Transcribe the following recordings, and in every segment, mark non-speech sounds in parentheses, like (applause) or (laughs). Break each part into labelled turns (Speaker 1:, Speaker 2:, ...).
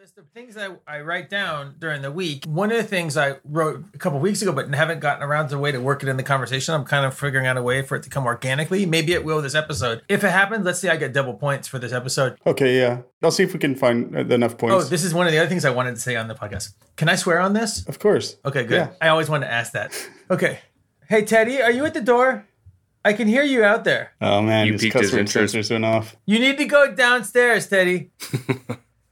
Speaker 1: list of things I, I write down during the week. One of the things I wrote a couple weeks ago, but haven't gotten around to a way to work it in the conversation. I'm kind of figuring out a way for it to come organically. Maybe it will this episode. If it happens, let's say I get double points for this episode.
Speaker 2: Okay, yeah. I'll see if we can find uh, enough
Speaker 1: Oh,
Speaker 2: points.
Speaker 1: this is one of the other things I wanted to say on the podcast. Can I swear on this?
Speaker 2: of course.
Speaker 3: Oh,
Speaker 1: Okay, good.
Speaker 2: Yeah.
Speaker 1: I always wanted to ask that. Okay. Hey, Teddy, are you at the door? I can hear you out there.
Speaker 2: Oh man,
Speaker 3: You
Speaker 2: his
Speaker 3: piqued his
Speaker 2: customer
Speaker 3: interest.
Speaker 2: sensors went off.
Speaker 1: You need to go downstairs, Teddy.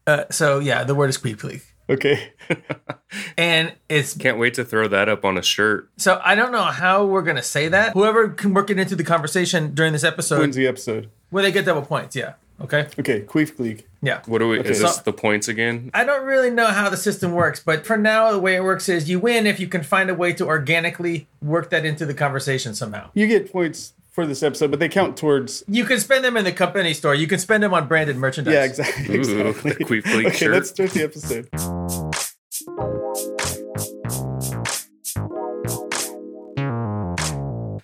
Speaker 1: uh, so, yeah, the word is squeak, please.
Speaker 2: Okay. (laughs)
Speaker 1: And it's
Speaker 3: Can't wait to throw that up on a shirt.
Speaker 1: So I don't know how we're gonna say that. Whoever can work it into the conversation during this episode,
Speaker 2: When's the episode?
Speaker 1: where they get double points. Yeah. Okay.
Speaker 2: Okay, Queef Gleek.
Speaker 1: Yeah.
Speaker 3: What do we? Is this
Speaker 1: So-
Speaker 3: the points again?
Speaker 1: I don't really know how the system works, but for now, the way it works is you win if you can find a way to organically work that into the conversation somehow.
Speaker 2: You get points for this episode, but they count towards
Speaker 1: You can spend them in the company store. You can spend them on branded merchandise.
Speaker 2: Yeah, (laughs) exactly.
Speaker 3: Ooh, (laughs)
Speaker 2: exactly.
Speaker 3: the Queef Gleek
Speaker 2: okay,
Speaker 3: shirt.
Speaker 2: let's start the episode.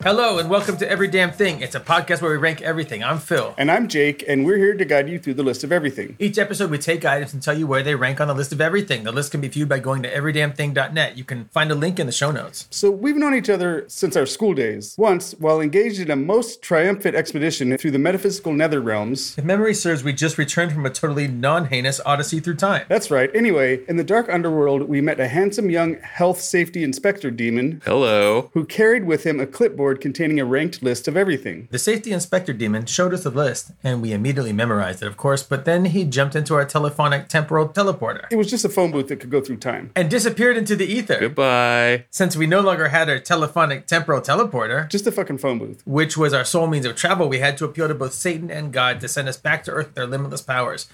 Speaker 1: Hello and welcome to Every Damn Thing. It's a podcast where we rank everything. I'm Phil.
Speaker 2: And I'm Jake, and we're here to guide you through the list of everything.
Speaker 1: Each episode, we take items and tell you where they rank on the list of everything. The list can be viewed by going to everydamnthing.net. You can find a link in the show notes.
Speaker 2: So we've known each other since our school days. Once, while engaged in a most triumphant expedition through the metaphysical nether realms,
Speaker 1: If memory serves, we just returned from a totally non heinous odyssey through time.
Speaker 2: That's right. Anyway, in the dark underworld, we met a handsome young health safety inspector demon
Speaker 3: Hello.
Speaker 2: who carried with him a clipboard containing a ranked list of everything.
Speaker 1: The safety inspector demon showed us the list, and we immediately memorized it, of course, but then he jumped into our telephonic temporal teleporter
Speaker 2: It was just a phone booth that could go through time.
Speaker 1: and disappeared into the ether.
Speaker 3: Goodbye.
Speaker 1: Since we no longer had our telephonic temporal teleporter,
Speaker 2: Just a fucking phone booth.
Speaker 1: which was our sole means of travel, we had to appeal to both Satan and God to send us back to Earth with their limitless powers.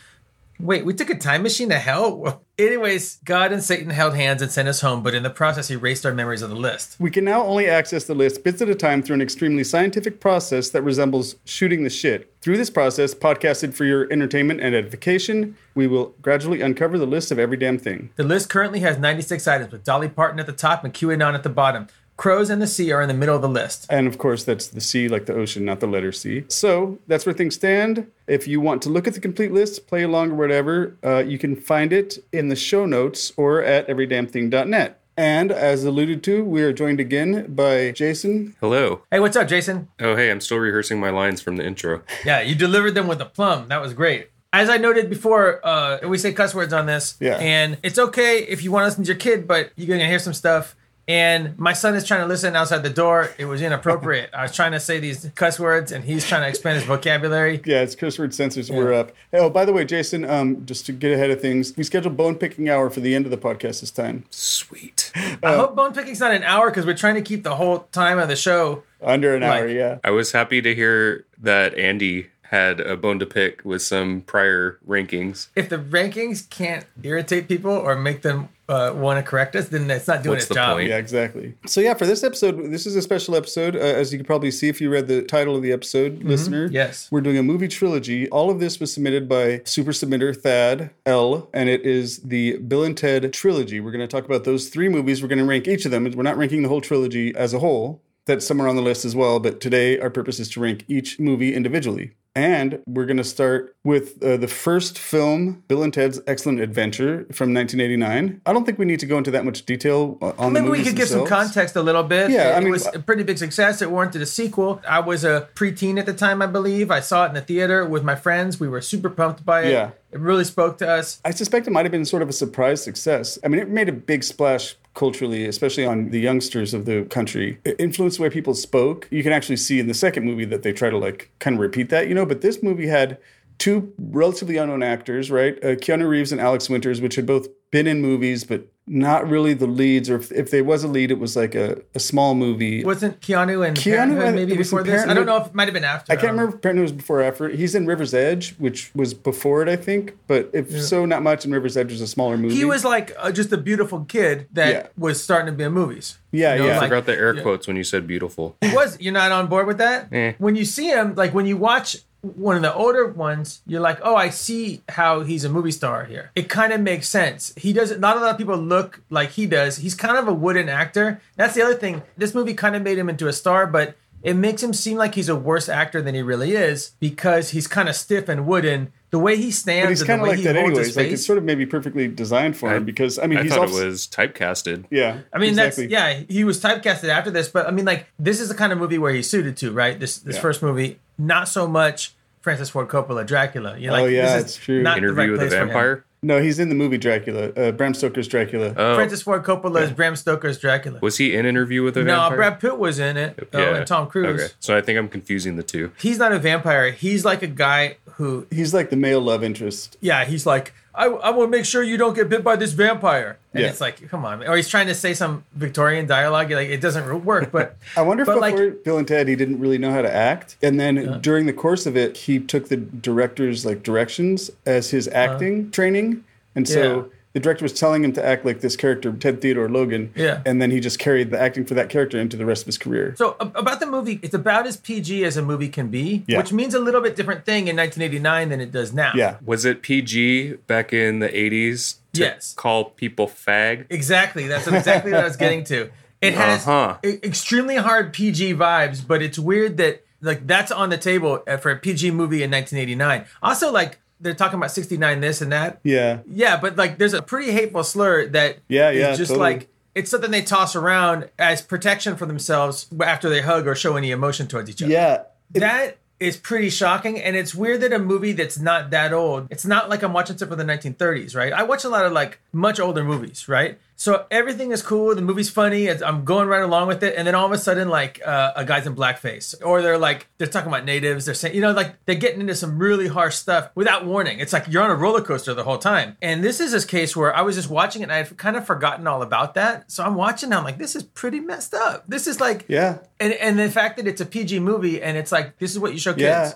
Speaker 1: Wait, we took a time machine to hell? (laughs) Anyways, God and Satan held hands and sent us home, but in the process, erased our memories of the list.
Speaker 2: We can now only access the list bits at a time through an extremely scientific process that resembles shooting the shit. Through this process, podcasted for your entertainment and edification, we will gradually uncover the list of every damn thing.
Speaker 1: The list currently has 96 items, with Dolly Parton at the top and QAnon at the bottom. Crows and the Sea are in the middle of the list.
Speaker 2: And of course, that's the C, like the ocean, not the letter C. So that's where things stand. If you want to look at the complete list, play along or whatever, uh, you can find it in the show notes or at everydamnthing.net. And as alluded to, we are joined again by Jason.
Speaker 3: Hello.
Speaker 1: Hey, what's up, Jason?
Speaker 3: Oh, hey, I'm still rehearsing my lines from the intro.
Speaker 1: Yeah, you delivered them with a plum. That was great. As I noted before, uh, we say cuss words on this.
Speaker 2: Yeah.
Speaker 1: And it's okay if you want to listen to your kid, but you're going to hear some stuff. And my son is trying to listen outside the door. It was inappropriate. I was trying to say these cuss words, and he's trying to expand his vocabulary.
Speaker 2: Yeah, it's curse word sensors. We're up. Oh, by the way, Jason, um, just to get ahead of things, we scheduled bone picking hour for the end of the podcast this time.
Speaker 3: Sweet.
Speaker 1: I hope bone picking's not an hour because we're trying to keep the whole time of the show.
Speaker 2: Under an hour,
Speaker 1: Right.
Speaker 2: yeah.
Speaker 3: I was happy to hear that Andy had a bone to pick with some prior rankings.
Speaker 1: if the rankings can't irritate people or make them uh, want to correct us, then it's not doing
Speaker 3: What's
Speaker 1: its
Speaker 3: the
Speaker 1: job.
Speaker 3: point?
Speaker 2: Yeah, exactly. So yeah, for this episode, this is a special episode, uh, as you can probably see if you read the title of the episode, listener.
Speaker 1: Yes.
Speaker 2: we're doing a movie trilogy. All of this was submitted by super submitter Thad L, and it is the Bill and Ted trilogy. We're going to talk about those three movies. We're going to rank each of them. We're not ranking the whole trilogy as a whole. That's somewhere on the list as well. But today, our purpose is to rank each movie individually. And we're going to start with uh, the first film, Bill and Ted's Excellent Adventure from 1989. I don't think we need to go into that much detail uh, on
Speaker 1: Maybe
Speaker 2: the
Speaker 1: we
Speaker 2: movies
Speaker 1: could give some
Speaker 2: themselves.
Speaker 1: context a little bit.
Speaker 2: Yeah,
Speaker 1: it,
Speaker 2: I mean- uh,
Speaker 1: was a pretty big success. It warranted a sequel. I was a preteen at the time, I believe. I saw it in the theater with my friends. We were super pumped by it.
Speaker 2: Yeah.
Speaker 1: It really spoke to us.
Speaker 2: I suspect it might have been sort of a surprise success. I mean, it made a big splash culturally, especially on the youngsters of the country. It influenced the way people spoke. You can actually see in the second movie that they try to like kind of repeat that, you know, but this movie had two relatively unknown actors, right? Uh, Keanu Reeves and Alex Winters, which had both been in movies, but not really the leads, or if, if there was a lead, it was like a, a small movie.
Speaker 1: Wasn't Keanu and
Speaker 2: Keanu
Speaker 1: Parenthood
Speaker 2: and-
Speaker 1: maybe
Speaker 2: it was in
Speaker 1: before this? I don't
Speaker 2: Parenthood.
Speaker 1: know if it might have been after. Um,
Speaker 2: I can't
Speaker 1: don't know.
Speaker 2: remember if Parenthood was before or after. He's in River's Edge, which was before it, I think, but if so, not much. And River's Edge was a smaller movie.
Speaker 1: He was like uh, just a beautiful kid that
Speaker 2: Yeah.
Speaker 1: was starting to be in movies.
Speaker 2: Yeah, yeah.
Speaker 3: I
Speaker 1: like-
Speaker 3: forgot the air quotes when you
Speaker 1: (laughs)
Speaker 3: said beautiful.
Speaker 1: He was. You're not on board with that.
Speaker 3: Eh.
Speaker 1: When you see him, like when you watch one of the older ones, you're like, oh, I see how he's a movie star here. It kind of makes sense. He doesn't. Not a lot of people look like he does. He's kind of a wooden actor. That's the other thing. This movie kind of made him into a star, but. It makes him seem like he's a worse actor than he really is because he's kind of stiff and wooden. The way he stands,
Speaker 2: But he's
Speaker 1: and
Speaker 2: kind
Speaker 1: the
Speaker 2: of
Speaker 1: way
Speaker 2: like
Speaker 1: he
Speaker 2: that,
Speaker 1: holds
Speaker 2: anyways.
Speaker 1: his
Speaker 2: Like
Speaker 1: face.
Speaker 2: it's sort of maybe perfectly designed for
Speaker 3: I-
Speaker 2: him because I mean
Speaker 3: I
Speaker 2: he's
Speaker 3: thought
Speaker 2: also
Speaker 3: it was typecasted.
Speaker 2: yeah.
Speaker 1: I mean,
Speaker 2: exactly.
Speaker 1: that's yeah. He was typecasted after this, but I mean, like this is the kind of movie where he's suited to, right? This this
Speaker 2: Yeah.
Speaker 1: first movie, not so much Francis Ford Coppola, Dracula. You're
Speaker 2: Oh,
Speaker 1: like,
Speaker 2: yeah,
Speaker 1: this is
Speaker 2: it's true.
Speaker 1: Not the right
Speaker 3: Interview with a
Speaker 1: place for him.
Speaker 3: vampire.
Speaker 2: No, he's in the movie Dracula, uh, Bram Stoker's Dracula.
Speaker 3: Oh,
Speaker 1: Francis Ford Coppola is Bram Stoker's Dracula.
Speaker 3: was he in Interview with a
Speaker 1: no,
Speaker 3: Vampire?
Speaker 1: Brad Pitt was in it, though, and Tom Cruise.
Speaker 3: Okay. So I think I'm confusing the two.
Speaker 1: He's not a vampire. He's like a guy who,
Speaker 2: he's like the male love interest.
Speaker 1: yeah, he's like, I, I will make sure you don't get bit by this vampire. And
Speaker 2: Yeah.
Speaker 1: it's like, come on. man. Or he's trying to say some Victorian dialogue. You're like, it doesn't work, but
Speaker 2: (laughs) I wonder if
Speaker 1: But,
Speaker 2: before
Speaker 1: like-
Speaker 2: Bill and Ted he didn't really know how to act, and then during the course of it he took the director's like directions as his acting training, and so.
Speaker 1: Uh-huh. Yeah.
Speaker 2: The director was telling him to act like this character, Ted Theodore Logan,
Speaker 1: Yeah.
Speaker 2: and then he just carried the acting for that character into the rest of his career.
Speaker 1: So ab- about the movie, it's about as PG as a movie can be,
Speaker 2: Yeah.
Speaker 1: which means a little bit different thing in 1989 than it does now.
Speaker 2: yeah,
Speaker 3: Was it PG back in the 80s to
Speaker 1: Yes.
Speaker 3: call people fag?
Speaker 1: exactly. That's exactly what I was getting to. It has
Speaker 3: Uh-huh.
Speaker 1: e- extremely hard PG vibes, but it's weird that like that's on the table uh, for a PG movie in 1989. Also, like they're talking about 69 this and that.
Speaker 2: yeah,
Speaker 1: Yeah, but like there's a pretty hateful slur that
Speaker 2: Yeah,
Speaker 1: is
Speaker 2: yeah,
Speaker 1: just
Speaker 2: totally.
Speaker 1: like it's something they toss around as protection for themselves after they hug or show any emotion towards each other.
Speaker 2: yeah. It-
Speaker 1: that is pretty shocking and it's weird that a movie that's not that old it's not like i'm watching something from the 1930s right i watch a lot of like much older movies right so everything is cool the movie's funny it's- i'm going right along with it and then all of a sudden like uh, a guy's in blackface or they're like they're talking about natives they're saying you know like they're getting into some really harsh stuff without warning it's like you're on a roller coaster the whole time and this is this case where i was just watching it and i've kind of forgotten all about that so i'm watching now i'm like this is pretty messed up this is like
Speaker 2: yeah.
Speaker 1: and and the fact that it's a PG movie and it's like this is what you show kids.
Speaker 2: Yeah.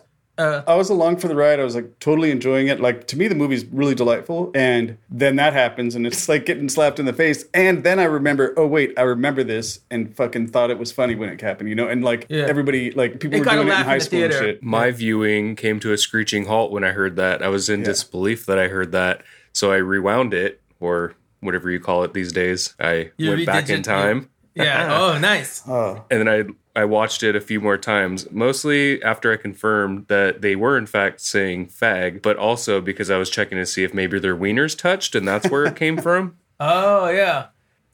Speaker 2: I was along for the ride. I was like totally enjoying it. Like to me, the movie's really delightful. And then that happens, and it's like getting slapped in the face. And then I remember, oh wait, I remember this, and fucking thought it was funny when it happened, you know. And like
Speaker 1: Yeah.
Speaker 2: everybody, like people
Speaker 1: It
Speaker 2: were
Speaker 1: got a
Speaker 2: doing it in
Speaker 1: laugh
Speaker 2: high
Speaker 1: in the
Speaker 2: school and
Speaker 1: theater.
Speaker 2: shit.
Speaker 3: My viewing came to a screeching halt when I heard that. I was in disbelief that I heard that. So I rewound it, or whatever you call it these days. I
Speaker 1: You
Speaker 3: went back
Speaker 1: redigit-
Speaker 3: in time.
Speaker 1: Yeah. oh, nice.
Speaker 2: Uh.
Speaker 3: and then I I watched it a few more times, mostly after I confirmed that they were in fact saying fag, but also because I was checking to see if maybe their wieners touched, and that's where it came
Speaker 1: (laughs)
Speaker 3: from.
Speaker 1: Oh yeah.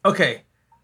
Speaker 1: Okay.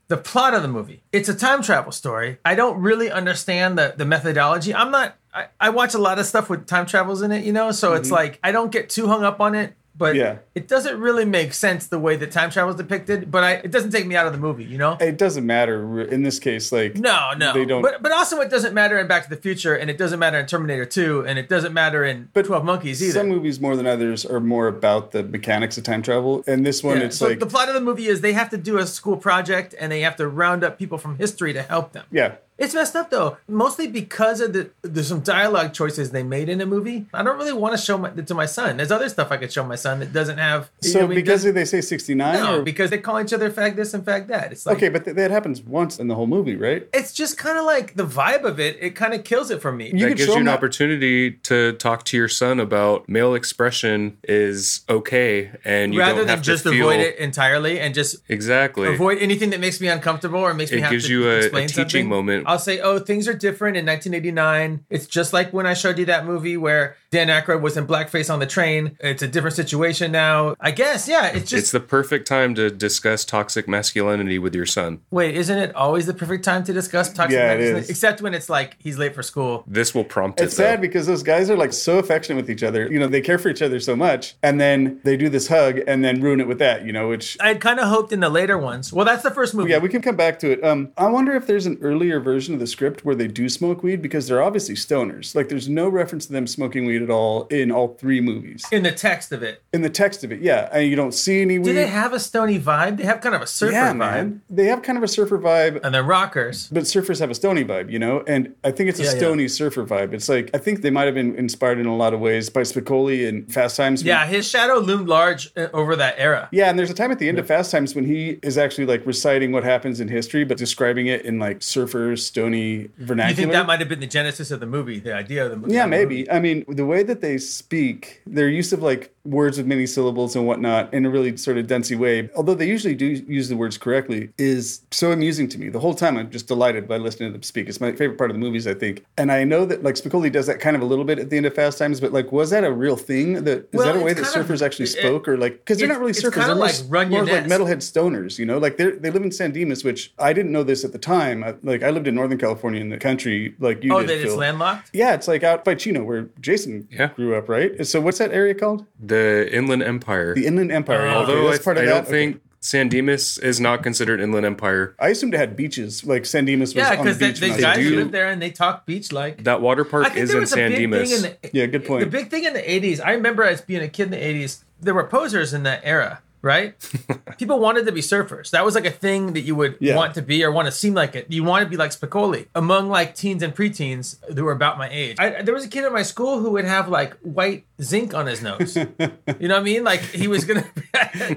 Speaker 1: The plot of the movie. It's a time travel story. I don't really understand the the methodology. I'm not. I, I watch a lot of stuff with time travels in it, you know. So it's like I don't get too hung up on it. But
Speaker 2: Mm-hmm. Yeah.
Speaker 1: it doesn't really make sense the way that time travel is depicted. But I, it doesn't take me out of the movie, you know.
Speaker 2: It doesn't matter in this case. Like
Speaker 1: No, no.
Speaker 2: They don't-
Speaker 1: But but also, it doesn't matter in Back to the Future, and it doesn't matter in Terminator Two, and it doesn't matter in Twelve Monkeys either.
Speaker 2: some movies more than others are more about the mechanics of time travel, and this one,
Speaker 1: Yeah,
Speaker 2: it's
Speaker 1: so
Speaker 2: like
Speaker 1: the plot of the movie is they have to do a school project and they have to round up people from history to help them.
Speaker 2: yeah.
Speaker 1: It's messed up though, mostly because of the there's some dialogue choices they made in the movie. I don't really want to show my, to my son. There's other stuff I could show my son that doesn't have. you
Speaker 2: So
Speaker 1: know, it
Speaker 2: because
Speaker 1: doesn't-
Speaker 2: they say sixty nine,
Speaker 1: no, because they call each other fag this and fag that. It's like
Speaker 2: okay, but th- that happens once in the whole movie, right?
Speaker 1: it's just kind of like the vibe of it. It kind of kills it for me.
Speaker 2: You
Speaker 3: that
Speaker 2: could
Speaker 3: gives
Speaker 2: show
Speaker 3: you an
Speaker 2: them that-
Speaker 3: opportunity to talk to your son about male expression is okay, and you
Speaker 1: Rather
Speaker 3: don't have
Speaker 1: than
Speaker 3: to
Speaker 1: just
Speaker 3: feel
Speaker 1: avoid it entirely and just
Speaker 3: exactly.
Speaker 1: avoid anything that makes me uncomfortable or makes me
Speaker 3: It
Speaker 1: have
Speaker 3: gives
Speaker 1: to
Speaker 3: you a- a
Speaker 1: explain
Speaker 3: teaching
Speaker 1: something.
Speaker 3: moment.
Speaker 1: I'll say, oh, things are different in 1989. It's just like when I showed you that movie where Dan Aykroyd was in blackface on the train. It's a different situation now. I guess, yeah. It's just
Speaker 3: it's the perfect time to discuss toxic masculinity with your son.
Speaker 1: wait, isn't it always the perfect time to discuss toxic
Speaker 2: Yeah, it
Speaker 1: masculinity?
Speaker 2: is.
Speaker 1: Except when it's like he's late for school.
Speaker 3: This will prompt
Speaker 2: It's
Speaker 3: it. though.
Speaker 2: sad because those guys are like so affectionate with each other. You know, they care for each other so much, and then they do this hug and then ruin it with that. You know, which
Speaker 1: I had kind of hoped in the later ones. Well, that's the first movie.
Speaker 2: yeah, we can come back to it. Um, I wonder if there's an earlier version of the script where they do smoke weed because they're obviously stoners. Like, there's no reference to them smoking weed at all in all three movies.
Speaker 1: in the text of it.
Speaker 2: In the text of it, yeah, and you don't see any
Speaker 1: Do
Speaker 2: weed.
Speaker 1: they have a stony vibe? They have kind of a surfer
Speaker 2: yeah,
Speaker 1: vibe.
Speaker 2: man, they have kind of a surfer vibe.
Speaker 1: And they're rockers.
Speaker 2: But surfers have a stony vibe, you know, and I think it's a
Speaker 1: Yeah, yeah.
Speaker 2: stony surfer vibe. It's like I think they might have been inspired in a lot of ways by Spicoli and Fast Times.
Speaker 1: Yeah, his shadow loomed large uh, over that era.
Speaker 2: Yeah, and there's a time at the end of Fast Times when he is actually like reciting what happens in history, but describing it in like surfer, stony vernacular.
Speaker 1: You think that might have been the genesis of the movie, the idea of the movie?
Speaker 2: yeah, maybe. I mean, the way that they speak, their use of like words with many syllables and whatnot in a really sort of densey way, although they usually do use the words correctly, is so amusing to me. The whole time I'm just delighted by listening to them speak. It's my favorite part of the movies, I think. And I know that like Spicoli does that kind of a little bit at the end of Fast Times, but like, was that a real thing? That is
Speaker 1: Well,
Speaker 2: that a way
Speaker 1: it's
Speaker 2: that
Speaker 1: kind of-
Speaker 2: surfers actually
Speaker 1: it-
Speaker 2: spoke, or like because they're
Speaker 1: it's-
Speaker 2: not really
Speaker 1: it's
Speaker 2: surfers,
Speaker 1: kind
Speaker 2: they're
Speaker 1: of
Speaker 2: more,
Speaker 1: like Run Your
Speaker 2: more of, like
Speaker 1: Nest.
Speaker 2: metalhead stoners. You know, like they they live in San Dimas, which I didn't know this at the time. I, like I lived in Northern California in the country, like you
Speaker 1: Oh,
Speaker 2: did.
Speaker 1: that it's
Speaker 2: Phil.
Speaker 1: landlocked.
Speaker 2: Yeah, it's like out by Chino where Jason
Speaker 3: Yeah.
Speaker 2: grew up, right? So what's that area called?
Speaker 3: The Inland Empire.
Speaker 2: The Inland Empire. yeah, okay,
Speaker 3: Although I,
Speaker 2: that's part of
Speaker 3: I
Speaker 2: that.
Speaker 3: don't
Speaker 2: okay.
Speaker 3: think San Dimas is not considered Inland Empire.
Speaker 2: I assumed it had beaches, like San Dimas was
Speaker 1: Yeah,
Speaker 2: on the
Speaker 1: because the,
Speaker 2: beach.
Speaker 1: the
Speaker 2: when I
Speaker 1: guys
Speaker 2: was a
Speaker 3: do-
Speaker 1: live there and they talk beach like.
Speaker 3: That water
Speaker 1: I
Speaker 3: park
Speaker 1: think
Speaker 3: is
Speaker 1: there
Speaker 3: in
Speaker 1: was a
Speaker 3: San
Speaker 1: big
Speaker 3: Dimas.
Speaker 1: thing in the,
Speaker 2: Yeah, good point.
Speaker 1: The big thing in the '80s. I remember as being a kid in the '80s, there were posers in that era,
Speaker 2: (laughs)
Speaker 1: right? People wanted to be surfers. That was like a thing that you would
Speaker 2: Yeah.
Speaker 1: want to be or want to seem like it. You want to be like Spicoli among like teens and preteens who were about my age. I, there was a kid at my school who would have like white zinc on his
Speaker 2: (laughs)
Speaker 1: nose. you know what I mean? Like he was gonna.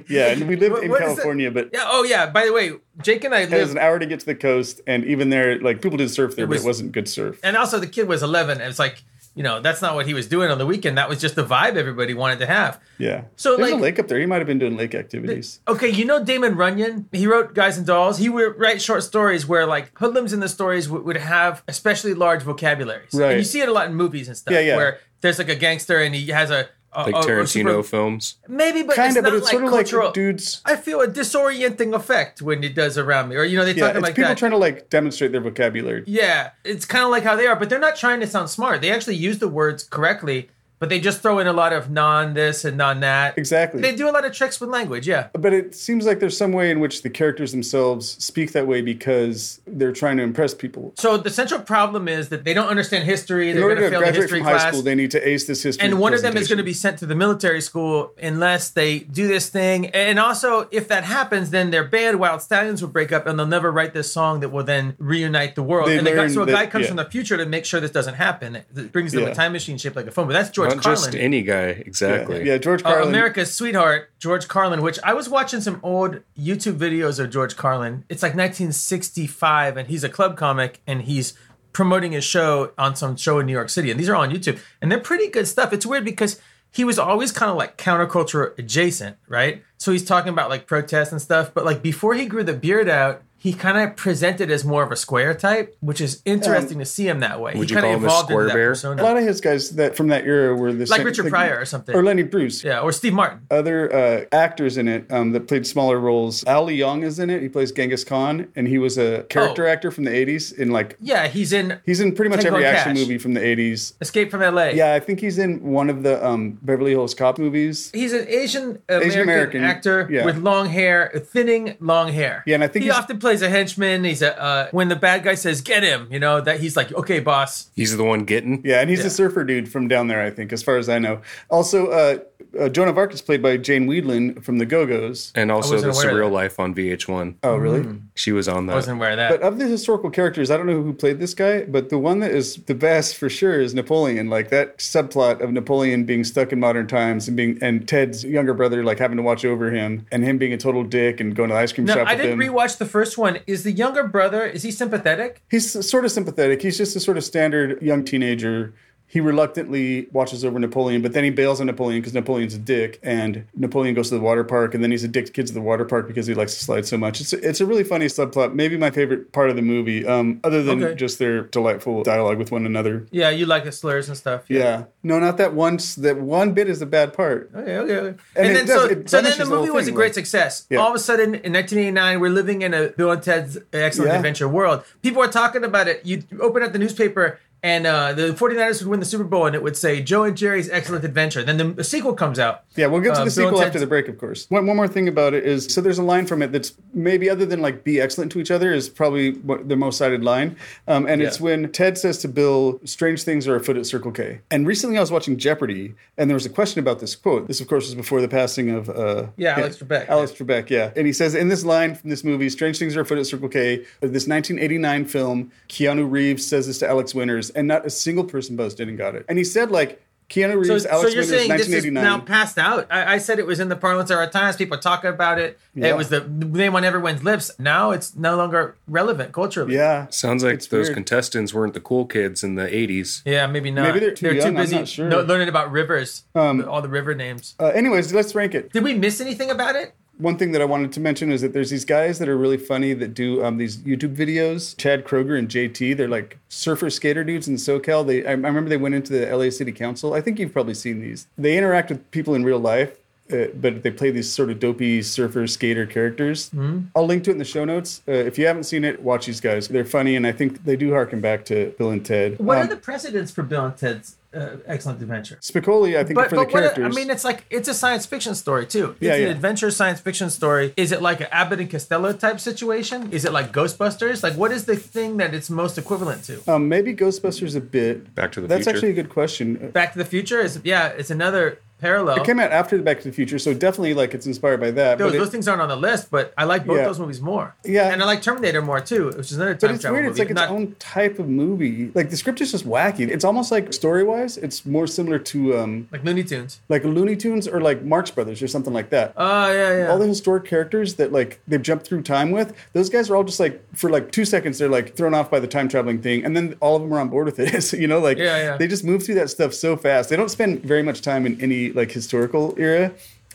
Speaker 2: Yeah, and we live
Speaker 1: What-
Speaker 2: in
Speaker 1: what is it?
Speaker 2: California, but
Speaker 1: Yeah. Oh yeah. By the way, Jake and I
Speaker 2: it was
Speaker 1: lived
Speaker 2: an hour to get to the coast, and even there, like people did surf there,
Speaker 1: was-
Speaker 2: but it wasn't good surf.
Speaker 1: and also the kid was 11 and it's like you know that's not what he was doing on the weekend that was just the vibe everybody wanted to have
Speaker 2: Yeah,
Speaker 1: So,
Speaker 2: there's
Speaker 1: like-
Speaker 2: a lake up there. He might have been doing lake activities.
Speaker 1: okay you know damon runyon he wrote guys and dolls he would write short stories where like hoodlums in the stories would, would have especially large vocabularies
Speaker 2: Right.
Speaker 1: and you see it a lot in movies and stuff
Speaker 2: Yeah, yeah.
Speaker 1: where there's like a gangster and he has a, a
Speaker 3: like
Speaker 1: a- a
Speaker 3: Tarantino
Speaker 1: Oh, super-
Speaker 3: films.
Speaker 1: maybe but
Speaker 2: Kind
Speaker 1: it's
Speaker 2: of,
Speaker 1: not
Speaker 2: but it's
Speaker 1: like
Speaker 2: sort of
Speaker 1: cultural
Speaker 2: like dudes.
Speaker 1: i feel a disorienting effect when it does around me or you know they
Speaker 2: Yeah,
Speaker 1: talk
Speaker 2: it's
Speaker 1: like
Speaker 2: people
Speaker 1: that
Speaker 2: trying to like demonstrate their vocabulary.
Speaker 1: Yeah, it's kind of like how they are, but they're not trying to sound smart. They actually use the words correctly, but they just throw in a lot of non this and non that.
Speaker 2: Exactly.
Speaker 1: They do a lot of tricks with language. Yeah.
Speaker 2: But it seems like there's some way in which the characters themselves speak that way because they're trying to impress people.
Speaker 1: So the central problem is that they don't understand history.
Speaker 2: In
Speaker 1: They're going
Speaker 2: order
Speaker 1: to
Speaker 2: to
Speaker 1: fail the
Speaker 2: graduate
Speaker 1: history
Speaker 2: from high
Speaker 1: class.
Speaker 2: school, they need to ace this history.
Speaker 1: and one of them is going to
Speaker 2: presentation.
Speaker 1: be sent to the military school unless they do this thing. And also, if that happens, then their band Wild Stallions will break up, and they'll never write this song that will then reunite the world.
Speaker 2: They
Speaker 1: and the guy,
Speaker 2: learned
Speaker 1: so a
Speaker 2: that-
Speaker 1: guy comes
Speaker 2: yeah.
Speaker 1: from the future to make sure this doesn't happen. It brings them
Speaker 2: Yeah.
Speaker 1: a time machine shaped like a phone. But that's George
Speaker 3: Not
Speaker 1: Carlin.
Speaker 3: just any guy, exactly.
Speaker 2: Yeah, George
Speaker 1: Uh,
Speaker 2: Carlin.
Speaker 1: America's sweetheart, George Carlin, which I was watching some old YouTube videos of George Carlin. It's like 1965, and he's a club comic, and he's promoting his show on some show in New York City. And these are on YouTube, and they're pretty good stuff. It's weird because he was always kind of like counterculture adjacent, right? So he's talking about like protests and stuff, but like before he grew the beard out, he kind of presented as more of a square type, which is interesting to see him that way.
Speaker 3: would
Speaker 1: he
Speaker 3: you
Speaker 1: kind
Speaker 3: call
Speaker 1: of
Speaker 3: him a
Speaker 1: evolved
Speaker 3: square
Speaker 1: into that
Speaker 3: bear?
Speaker 2: a
Speaker 1: persona,
Speaker 2: lot of his guys that from that era were the
Speaker 1: like
Speaker 2: same-
Speaker 1: Richard Pryor or something.
Speaker 2: or Lenny Bruce.
Speaker 1: yeah, or Steve Martin.
Speaker 2: other uh, actors in it um, that played smaller roles. Al Young is in it. He plays Genghis Khan, and he was a character
Speaker 1: Oh.
Speaker 2: actor from the '80s. In like
Speaker 1: Yeah, he's in
Speaker 2: he's in pretty much
Speaker 1: Tango
Speaker 2: every
Speaker 1: and
Speaker 2: action
Speaker 1: Cash.
Speaker 2: movie from the '80s.
Speaker 1: Escape from LA.
Speaker 2: Yeah, I think he's in one of the um, Beverly Hills Cop movies.
Speaker 1: He's an Asian American
Speaker 2: Asian-American,
Speaker 1: actor
Speaker 2: yeah.
Speaker 1: with long hair, thinning long hair.
Speaker 2: Yeah, and I think
Speaker 1: he
Speaker 2: he's-
Speaker 1: often plays a henchman. He's a uh, when the bad guy says "get him," you know that he's like, "Okay, boss."
Speaker 3: He's the one getting.
Speaker 2: Yeah, and he's
Speaker 1: Yeah.
Speaker 2: a surfer dude from down there, I think, as far as I know. Also, uh, uh, Joan of Arc is played by Jane Weedlin from The Go Go's.
Speaker 3: And also the
Speaker 1: wasn't aware of
Speaker 3: surreal
Speaker 1: that.
Speaker 3: life on VH1.
Speaker 2: Oh, really?
Speaker 3: She was on that.
Speaker 1: I wasn't aware of that.
Speaker 2: But of the historical characters, I don't know who played this guy, but the one that is the best for sure is Napoleon. Like that subplot of Napoleon being stuck in modern times and being and Ted's younger brother like having to watch over him and him being a total dick and going to the ice cream
Speaker 1: no,
Speaker 2: shop
Speaker 1: I
Speaker 2: with
Speaker 1: didn't
Speaker 2: him.
Speaker 1: rewatch the first one. Is the younger brother? Is he sympathetic?
Speaker 2: He's s- sort of sympathetic. He's just a sort of standard young teenager. He reluctantly watches over Napoleon, but then he bails on Napoleon because Napoleon's a dick, and Napoleon goes to the water park, and then he's a dick to kids at the water park because he likes to slide so much. It's it's a really funny subplot. Maybe my favorite part of the movie, um, other than
Speaker 1: Okay.
Speaker 2: just their delightful dialogue with one another.
Speaker 1: Yeah, you like the slurs and stuff.
Speaker 2: Yeah, no, not that once. That one bit is the bad part.
Speaker 1: Okay, okay, okay. And,
Speaker 2: And it
Speaker 1: then
Speaker 2: does-
Speaker 1: so,
Speaker 2: it
Speaker 1: so then
Speaker 2: punishes
Speaker 1: the
Speaker 2: the whole
Speaker 1: movie was a
Speaker 2: thing,
Speaker 1: great
Speaker 2: like-
Speaker 1: success. All of a sudden, in 1989, we're living in a Bill and Ted's Excellent
Speaker 2: Yeah.
Speaker 1: Adventure world. People are talking about it. You open up the newspaper, and uh, the 49ers would win the Super Bowl, and it would say Joe and Jerry's Excellent Adventure. Then the, the sequel comes out.
Speaker 2: Yeah, we'll get to
Speaker 1: Uh, Bill
Speaker 2: the
Speaker 1: and
Speaker 2: sequel after
Speaker 1: Ted's-
Speaker 2: the break, of course. One, one more thing about it is so there's a line from it that's maybe other than like be excellent to each other is probably what, the most cited line. Um, and it's
Speaker 1: Yeah.
Speaker 2: when Ted says to Bill, strange things are afoot at Circle K. And recently I was watching Jeopardy and there was a question about this quote. This, of course, was before the passing of. Uh,
Speaker 1: Yeah, Alex Trebek.
Speaker 2: Alex Trebek, yeah. And he says in this line from this movie, Strange Things Are Afoot at Circle K, of this 1989 film, Keanu Reeves says this to Alex Winters, and not a single person buzzed in and got it. And he said, like, Keanu Reeves, Alex
Speaker 1: you're
Speaker 2: Winters,
Speaker 1: saying this is
Speaker 2: 1989.
Speaker 1: now passed out? I, I said it was in the parlance of our times. People talk about it.
Speaker 2: Yeah.
Speaker 1: It was the name on everyone's lips. Now it's no longer relevant culturally.
Speaker 2: yeah.
Speaker 3: Sounds like
Speaker 2: It's
Speaker 3: those
Speaker 2: weird.
Speaker 3: contestants weren't the cool kids in the 80s.
Speaker 1: Yeah, maybe not.
Speaker 2: Maybe they're too young, I'm
Speaker 1: busy
Speaker 2: not sure. Um,
Speaker 1: no- learning about rivers, all the river names.
Speaker 2: Uh, anyways, let's rank it.
Speaker 1: Did we miss anything about it?
Speaker 2: One thing that I wanted to mention is that there's these guys that are really funny that do um, these YouTube videos. Chad Kroger and JT, they're like surfer skater dudes in SoCal. They, I, I remember they went into the LA City Council. I think you've probably seen these. They interact with people in real life, uh, but they play these sort of dopey surfer skater characters.
Speaker 3: Mm-hmm.
Speaker 2: I'll link to it in the show notes. Uh, if you haven't seen it, watch these guys. They're funny, and I think they do harken back to Bill and Ted.
Speaker 1: What
Speaker 2: Um,
Speaker 1: are the precedents for Bill and Ted's uh, Excellent Adventure?
Speaker 2: Spicoli? I think
Speaker 1: But,
Speaker 2: for
Speaker 1: but
Speaker 2: the
Speaker 1: what
Speaker 2: characters.
Speaker 1: I mean, it's like it's a science fiction story too. It's
Speaker 2: Yeah,
Speaker 1: an
Speaker 2: yeah.
Speaker 1: adventure science fiction story. Is it like an Abbott and Costello type situation? Is it like Ghostbusters? Like, what is the thing that it's most equivalent to?
Speaker 2: Um, maybe Ghostbusters a bit.
Speaker 3: Back to the
Speaker 2: That's
Speaker 3: Future.
Speaker 2: actually a good question. Uh,
Speaker 1: Back to the Future is yeah, it's another parallel.
Speaker 2: It came out after the Back to the Future, so definitely like it's inspired by that.
Speaker 1: those,
Speaker 2: but it-
Speaker 1: those things aren't on the list, but I like both
Speaker 2: Yeah.
Speaker 1: those movies more.
Speaker 2: Yeah.
Speaker 1: and I like Terminator more too, which is another time
Speaker 2: but it's
Speaker 1: travel
Speaker 2: weird. It's
Speaker 1: movie.
Speaker 2: like its
Speaker 1: Not-
Speaker 2: own type of movie. Like the script is just wacky. It's almost like story wise, it's more similar to um,
Speaker 1: like Looney Tunes.
Speaker 2: like Looney Tunes or like Marx Brothers or something like that.
Speaker 1: Oh yeah, yeah.
Speaker 2: all the historic characters that like they've jumped through time with, those guys are all just like for like two seconds they're like thrown off by the time traveling thing, and then all of them are on board with it. (laughs) so, you know, like
Speaker 1: Yeah, yeah.
Speaker 2: they just move through that stuff so fast. They don't spend very much time in any like historical era.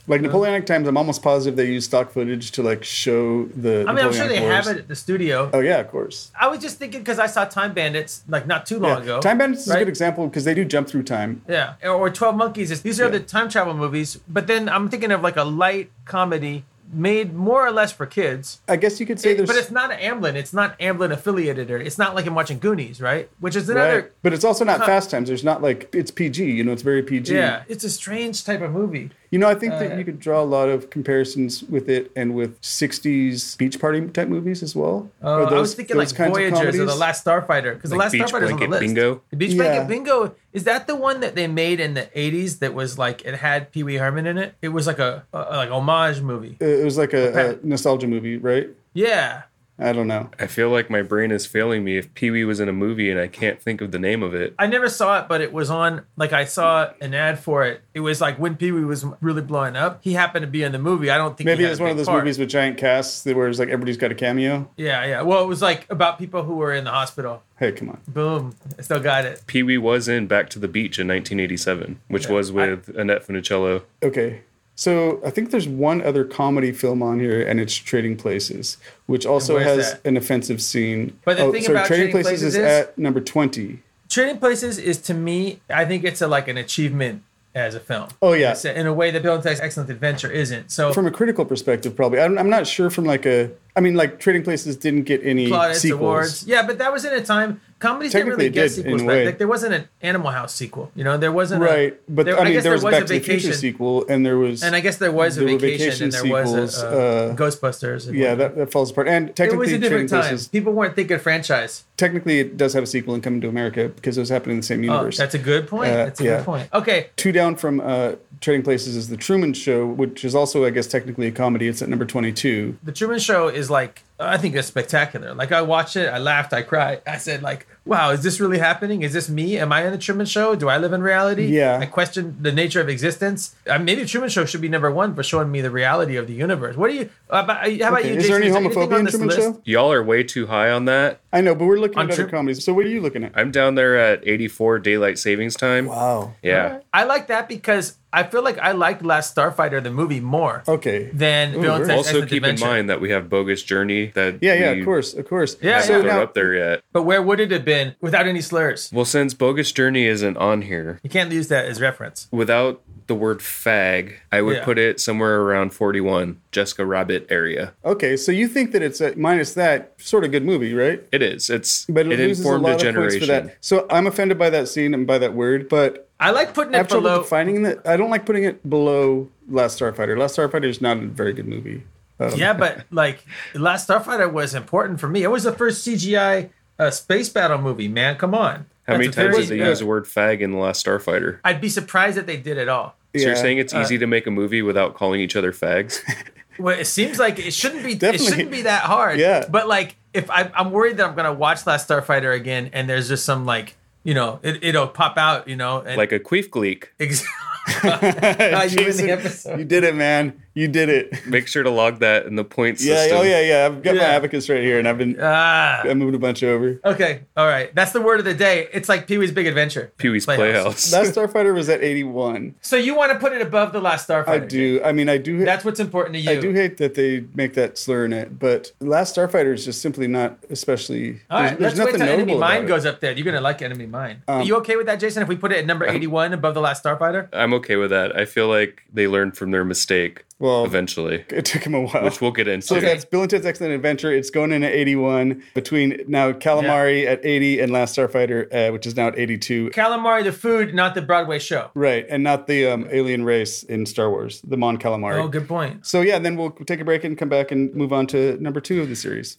Speaker 2: Like
Speaker 1: Uh-huh.
Speaker 2: Napoleonic times, I'm almost positive they use stock footage to like show the.
Speaker 1: I mean, I'm sure they
Speaker 2: Napoleonic
Speaker 1: have
Speaker 2: Wars.
Speaker 1: it at the studio.
Speaker 2: Oh yeah, of course.
Speaker 1: I was just thinking because I saw Time Bandits like not too long
Speaker 2: Yeah.
Speaker 1: ago.
Speaker 2: Time Bandits is a
Speaker 1: right?
Speaker 2: good example because they do jump through time.
Speaker 1: Yeah, or or Twelve Monkeys. It's- These are the time travel movies. But then I'm thinking of like a light comedy made more or less for kids.
Speaker 2: I guess you could say there's
Speaker 1: but it's not Amblin. It's not Amblin affiliated, or it's not like I'm watching Goonies, right? Which is another.
Speaker 2: right? but it's also not fast times. There's not like it's PG, you know, it's very PG.
Speaker 1: Yeah, it's a strange type of movie.
Speaker 2: You know, I think that
Speaker 1: Uh,
Speaker 2: you could draw a lot of comparisons with it and with 60s beach party type movies as well.
Speaker 1: Uh,
Speaker 2: Or
Speaker 1: I was thinking like
Speaker 2: those kinds of
Speaker 1: Voyagers or The
Speaker 2: comedies.
Speaker 1: Last Starfighter because The
Speaker 3: Like
Speaker 1: Last
Speaker 3: Beach
Speaker 1: Starfighter is on the
Speaker 3: Blanket
Speaker 1: list.
Speaker 3: Bingo?
Speaker 1: The Beach
Speaker 2: Yeah.
Speaker 1: Blanket Bingo is that the one that they made in the '80s that was like it had Pee Wee Herman in it? It was like a, a like homage movie.
Speaker 2: Uh, It was like a,
Speaker 1: Okay.
Speaker 2: a nostalgia movie, right?
Speaker 1: Yeah,
Speaker 2: I don't know.
Speaker 3: I feel like my brain is failing me if Pee Wee was in a movie and I can't think of the name of it.
Speaker 1: I never saw it, but it was on. Like I saw an ad for it. It was like when Pee Wee was really blowing up. He happened to be in the movie. I don't think
Speaker 2: Maybe
Speaker 1: he had
Speaker 2: it was
Speaker 1: a
Speaker 2: one
Speaker 1: big
Speaker 2: of those
Speaker 1: part.
Speaker 2: movies with giant casts that where it's like everybody's got a cameo.
Speaker 1: Yeah, yeah. Well, it was like about people who were in the hospital.
Speaker 2: Hey, come on.
Speaker 1: Boom, I still got it.
Speaker 3: Pee Wee was in Back to the Beach in 1987, which was with Annette Funicello.
Speaker 2: Okay. So I think there's one other comedy film on here, and it's Trading Places, which also
Speaker 1: where's
Speaker 2: has
Speaker 1: that?
Speaker 2: an offensive scene. Oh,
Speaker 1: But the thing about Trading Places
Speaker 2: is
Speaker 1: is-
Speaker 2: at number 20.
Speaker 1: Trading Places is to me, I think it's a, like an achievement as a film.
Speaker 2: Oh, yeah.
Speaker 1: It's a- in a way that Bill and Ted's Excellent Adventure isn't. So
Speaker 2: from a critical perspective, probably. I'm, I'm not sure from like a. I mean, like Trading Places didn't get any
Speaker 1: plaudits,
Speaker 2: sequels.
Speaker 1: awards, yeah, but that was in a time comedies didn't really
Speaker 2: Technically it
Speaker 1: get
Speaker 2: did,
Speaker 1: sequels
Speaker 2: in a
Speaker 1: back.
Speaker 2: way.
Speaker 1: Like, there wasn't an Animal House sequel, you know. There wasn't a-
Speaker 2: Right, but I mean,
Speaker 1: guess
Speaker 2: there, was, a Back to the Future sequel, and there was,
Speaker 1: and I guess there was a
Speaker 2: There were
Speaker 1: vacation,
Speaker 2: vacation
Speaker 1: and there was
Speaker 2: sequels,
Speaker 1: a, uh,
Speaker 2: uh,
Speaker 1: Ghostbusters. and
Speaker 2: yeah,
Speaker 1: whatnot.
Speaker 2: that, that falls apart.
Speaker 1: it
Speaker 2: And
Speaker 1: was
Speaker 2: technically,
Speaker 1: a different
Speaker 2: Trading
Speaker 1: time.
Speaker 2: Places,
Speaker 1: People weren't thinking franchise.
Speaker 2: technically, it does have a sequel in Coming to America because it was happening in the same
Speaker 1: Oh,
Speaker 2: universe.
Speaker 1: that's a good point.
Speaker 2: Uh,
Speaker 1: that's a
Speaker 2: yeah.
Speaker 1: good point. Okay,
Speaker 2: Two down from uh, Trading Places is The Truman Show, which is also, I guess, technically a comedy. It's at number twenty-two.
Speaker 1: The Truman Show is like I think it's spectacular. Like I watched it, I laughed, I cried. I said like, "Wow, is this really happening? Is this me? Am I in the Truman Show? Do I live in reality?"
Speaker 2: Yeah.
Speaker 1: I questioned the nature of existence. Uh, maybe Truman Show should be number one for showing me the reality of the universe. What do you? How about, how about
Speaker 2: Okay,
Speaker 1: you?
Speaker 2: is
Speaker 1: Jason?
Speaker 2: there any
Speaker 1: anything on
Speaker 2: homophobia in
Speaker 1: this
Speaker 2: Truman
Speaker 1: list?
Speaker 2: Show?
Speaker 3: Y'all are way too high on that.
Speaker 2: I know, but we're looking
Speaker 1: On
Speaker 2: at other
Speaker 1: Tru-
Speaker 2: comedies. So what are you looking at?
Speaker 3: I'm down there at 84 daylight savings time.
Speaker 2: Wow.
Speaker 3: Yeah.
Speaker 1: I like that because I feel like I liked Last Starfighter the movie more
Speaker 2: Okay.
Speaker 1: than Bill and
Speaker 2: we're-
Speaker 1: Ted's
Speaker 3: Also
Speaker 1: Excellent
Speaker 3: keep
Speaker 1: Adventure.
Speaker 3: in mind that we have bogus journey that
Speaker 2: yeah, yeah,
Speaker 3: we
Speaker 2: of course, of course.
Speaker 1: Yeah,
Speaker 3: haven't
Speaker 1: yeah.
Speaker 2: So
Speaker 3: thrown
Speaker 2: now,
Speaker 3: up there yet.
Speaker 1: But where would it have been without any slurs?
Speaker 3: Well, since bogus journey isn't on here,
Speaker 1: You can't use that as reference.
Speaker 3: without the word fag, I would
Speaker 1: Yeah.
Speaker 3: put it somewhere around 41 Jessica Rabbit area.
Speaker 2: okay, so you think that it's a, minus that sort of good movie, right?
Speaker 3: It is. It's
Speaker 2: but it,
Speaker 3: it,
Speaker 2: loses a
Speaker 3: informed
Speaker 2: lot
Speaker 3: a
Speaker 2: of points for
Speaker 3: generation.
Speaker 2: that. So I'm offended by that scene and by that word, but
Speaker 1: I like putting
Speaker 2: I
Speaker 1: it
Speaker 2: have trouble
Speaker 1: below.
Speaker 2: defining that. I don't like putting it below Last Starfighter. Last Starfighter is not a very good movie. Um, (laughs)
Speaker 1: yeah, but like Last Starfighter was important for me. It was the first CGI uh, space battle movie. Man, come on.
Speaker 3: How many
Speaker 1: That's a
Speaker 3: times
Speaker 1: very-
Speaker 3: did they use the word fag in the last Starfighter?
Speaker 1: I'd be surprised that they did it all.
Speaker 3: So
Speaker 2: Yeah. Uh,
Speaker 3: you're saying it's easy to make a movie without calling each
Speaker 2: (laughs)
Speaker 3: other fags?
Speaker 1: Well, it seems like it shouldn't be. it
Speaker 2: Definitely.
Speaker 1: shouldn't be that hard.
Speaker 2: Yeah.
Speaker 1: But like, if I, I'm worried that I'm gonna watch Last Starfighter again, and there's just some like. you know, it, it'll pop out, you know, and
Speaker 3: like a queef gleek. (laughs)
Speaker 1: Ex- (laughs) you win
Speaker 2: Jason,
Speaker 1: the episode.
Speaker 2: you did it, man. You did it.
Speaker 3: Make sure to log that in the
Speaker 2: (laughs)
Speaker 3: point
Speaker 2: Yeah.
Speaker 3: system.
Speaker 2: Oh yeah. Yeah. I've got my
Speaker 1: Yeah.
Speaker 2: abacus right here, and I've been
Speaker 1: ah.
Speaker 2: I moved a bunch over.
Speaker 1: Okay, all right. That's the word of the day. It's like Pee Wee's Big Adventure.
Speaker 3: Pee Wee's Playhouse.
Speaker 2: That Starfighter was at 81.
Speaker 1: So you want to put it above the Last Starfighter?
Speaker 2: I
Speaker 1: Jake.
Speaker 2: do. I mean, I do.
Speaker 1: That's what's important to you.
Speaker 2: I do hate that they make that slur in it, but Last Starfighter is just simply not especially.
Speaker 1: All right,
Speaker 2: there's, there's
Speaker 1: let's wait
Speaker 2: nothing
Speaker 1: till Enemy
Speaker 2: notable
Speaker 1: Mine
Speaker 2: about it.
Speaker 1: goes up there. You're gonna like Enemy Mine.
Speaker 2: Um,
Speaker 1: Are you okay with that, Jason? If we put it at number 81 above the Last Starfighter?
Speaker 3: (laughs) I'm okay with that. I feel like they learned from their mistake
Speaker 2: Well,
Speaker 3: eventually,
Speaker 2: it took him a while.
Speaker 3: which we'll get into.
Speaker 2: so that's Bill and Ted's Excellent Adventure. It's going in at 81 between now Calamari at 80 and Last Starfighter, uh, which is now at 82.
Speaker 1: Calamari, the food, not the Broadway show.
Speaker 2: Right, and not the um, alien race in Star Wars, the Mon Calamari.
Speaker 1: Oh, good point.
Speaker 2: So yeah, and then we'll take a break and come back and move on to number two of the series.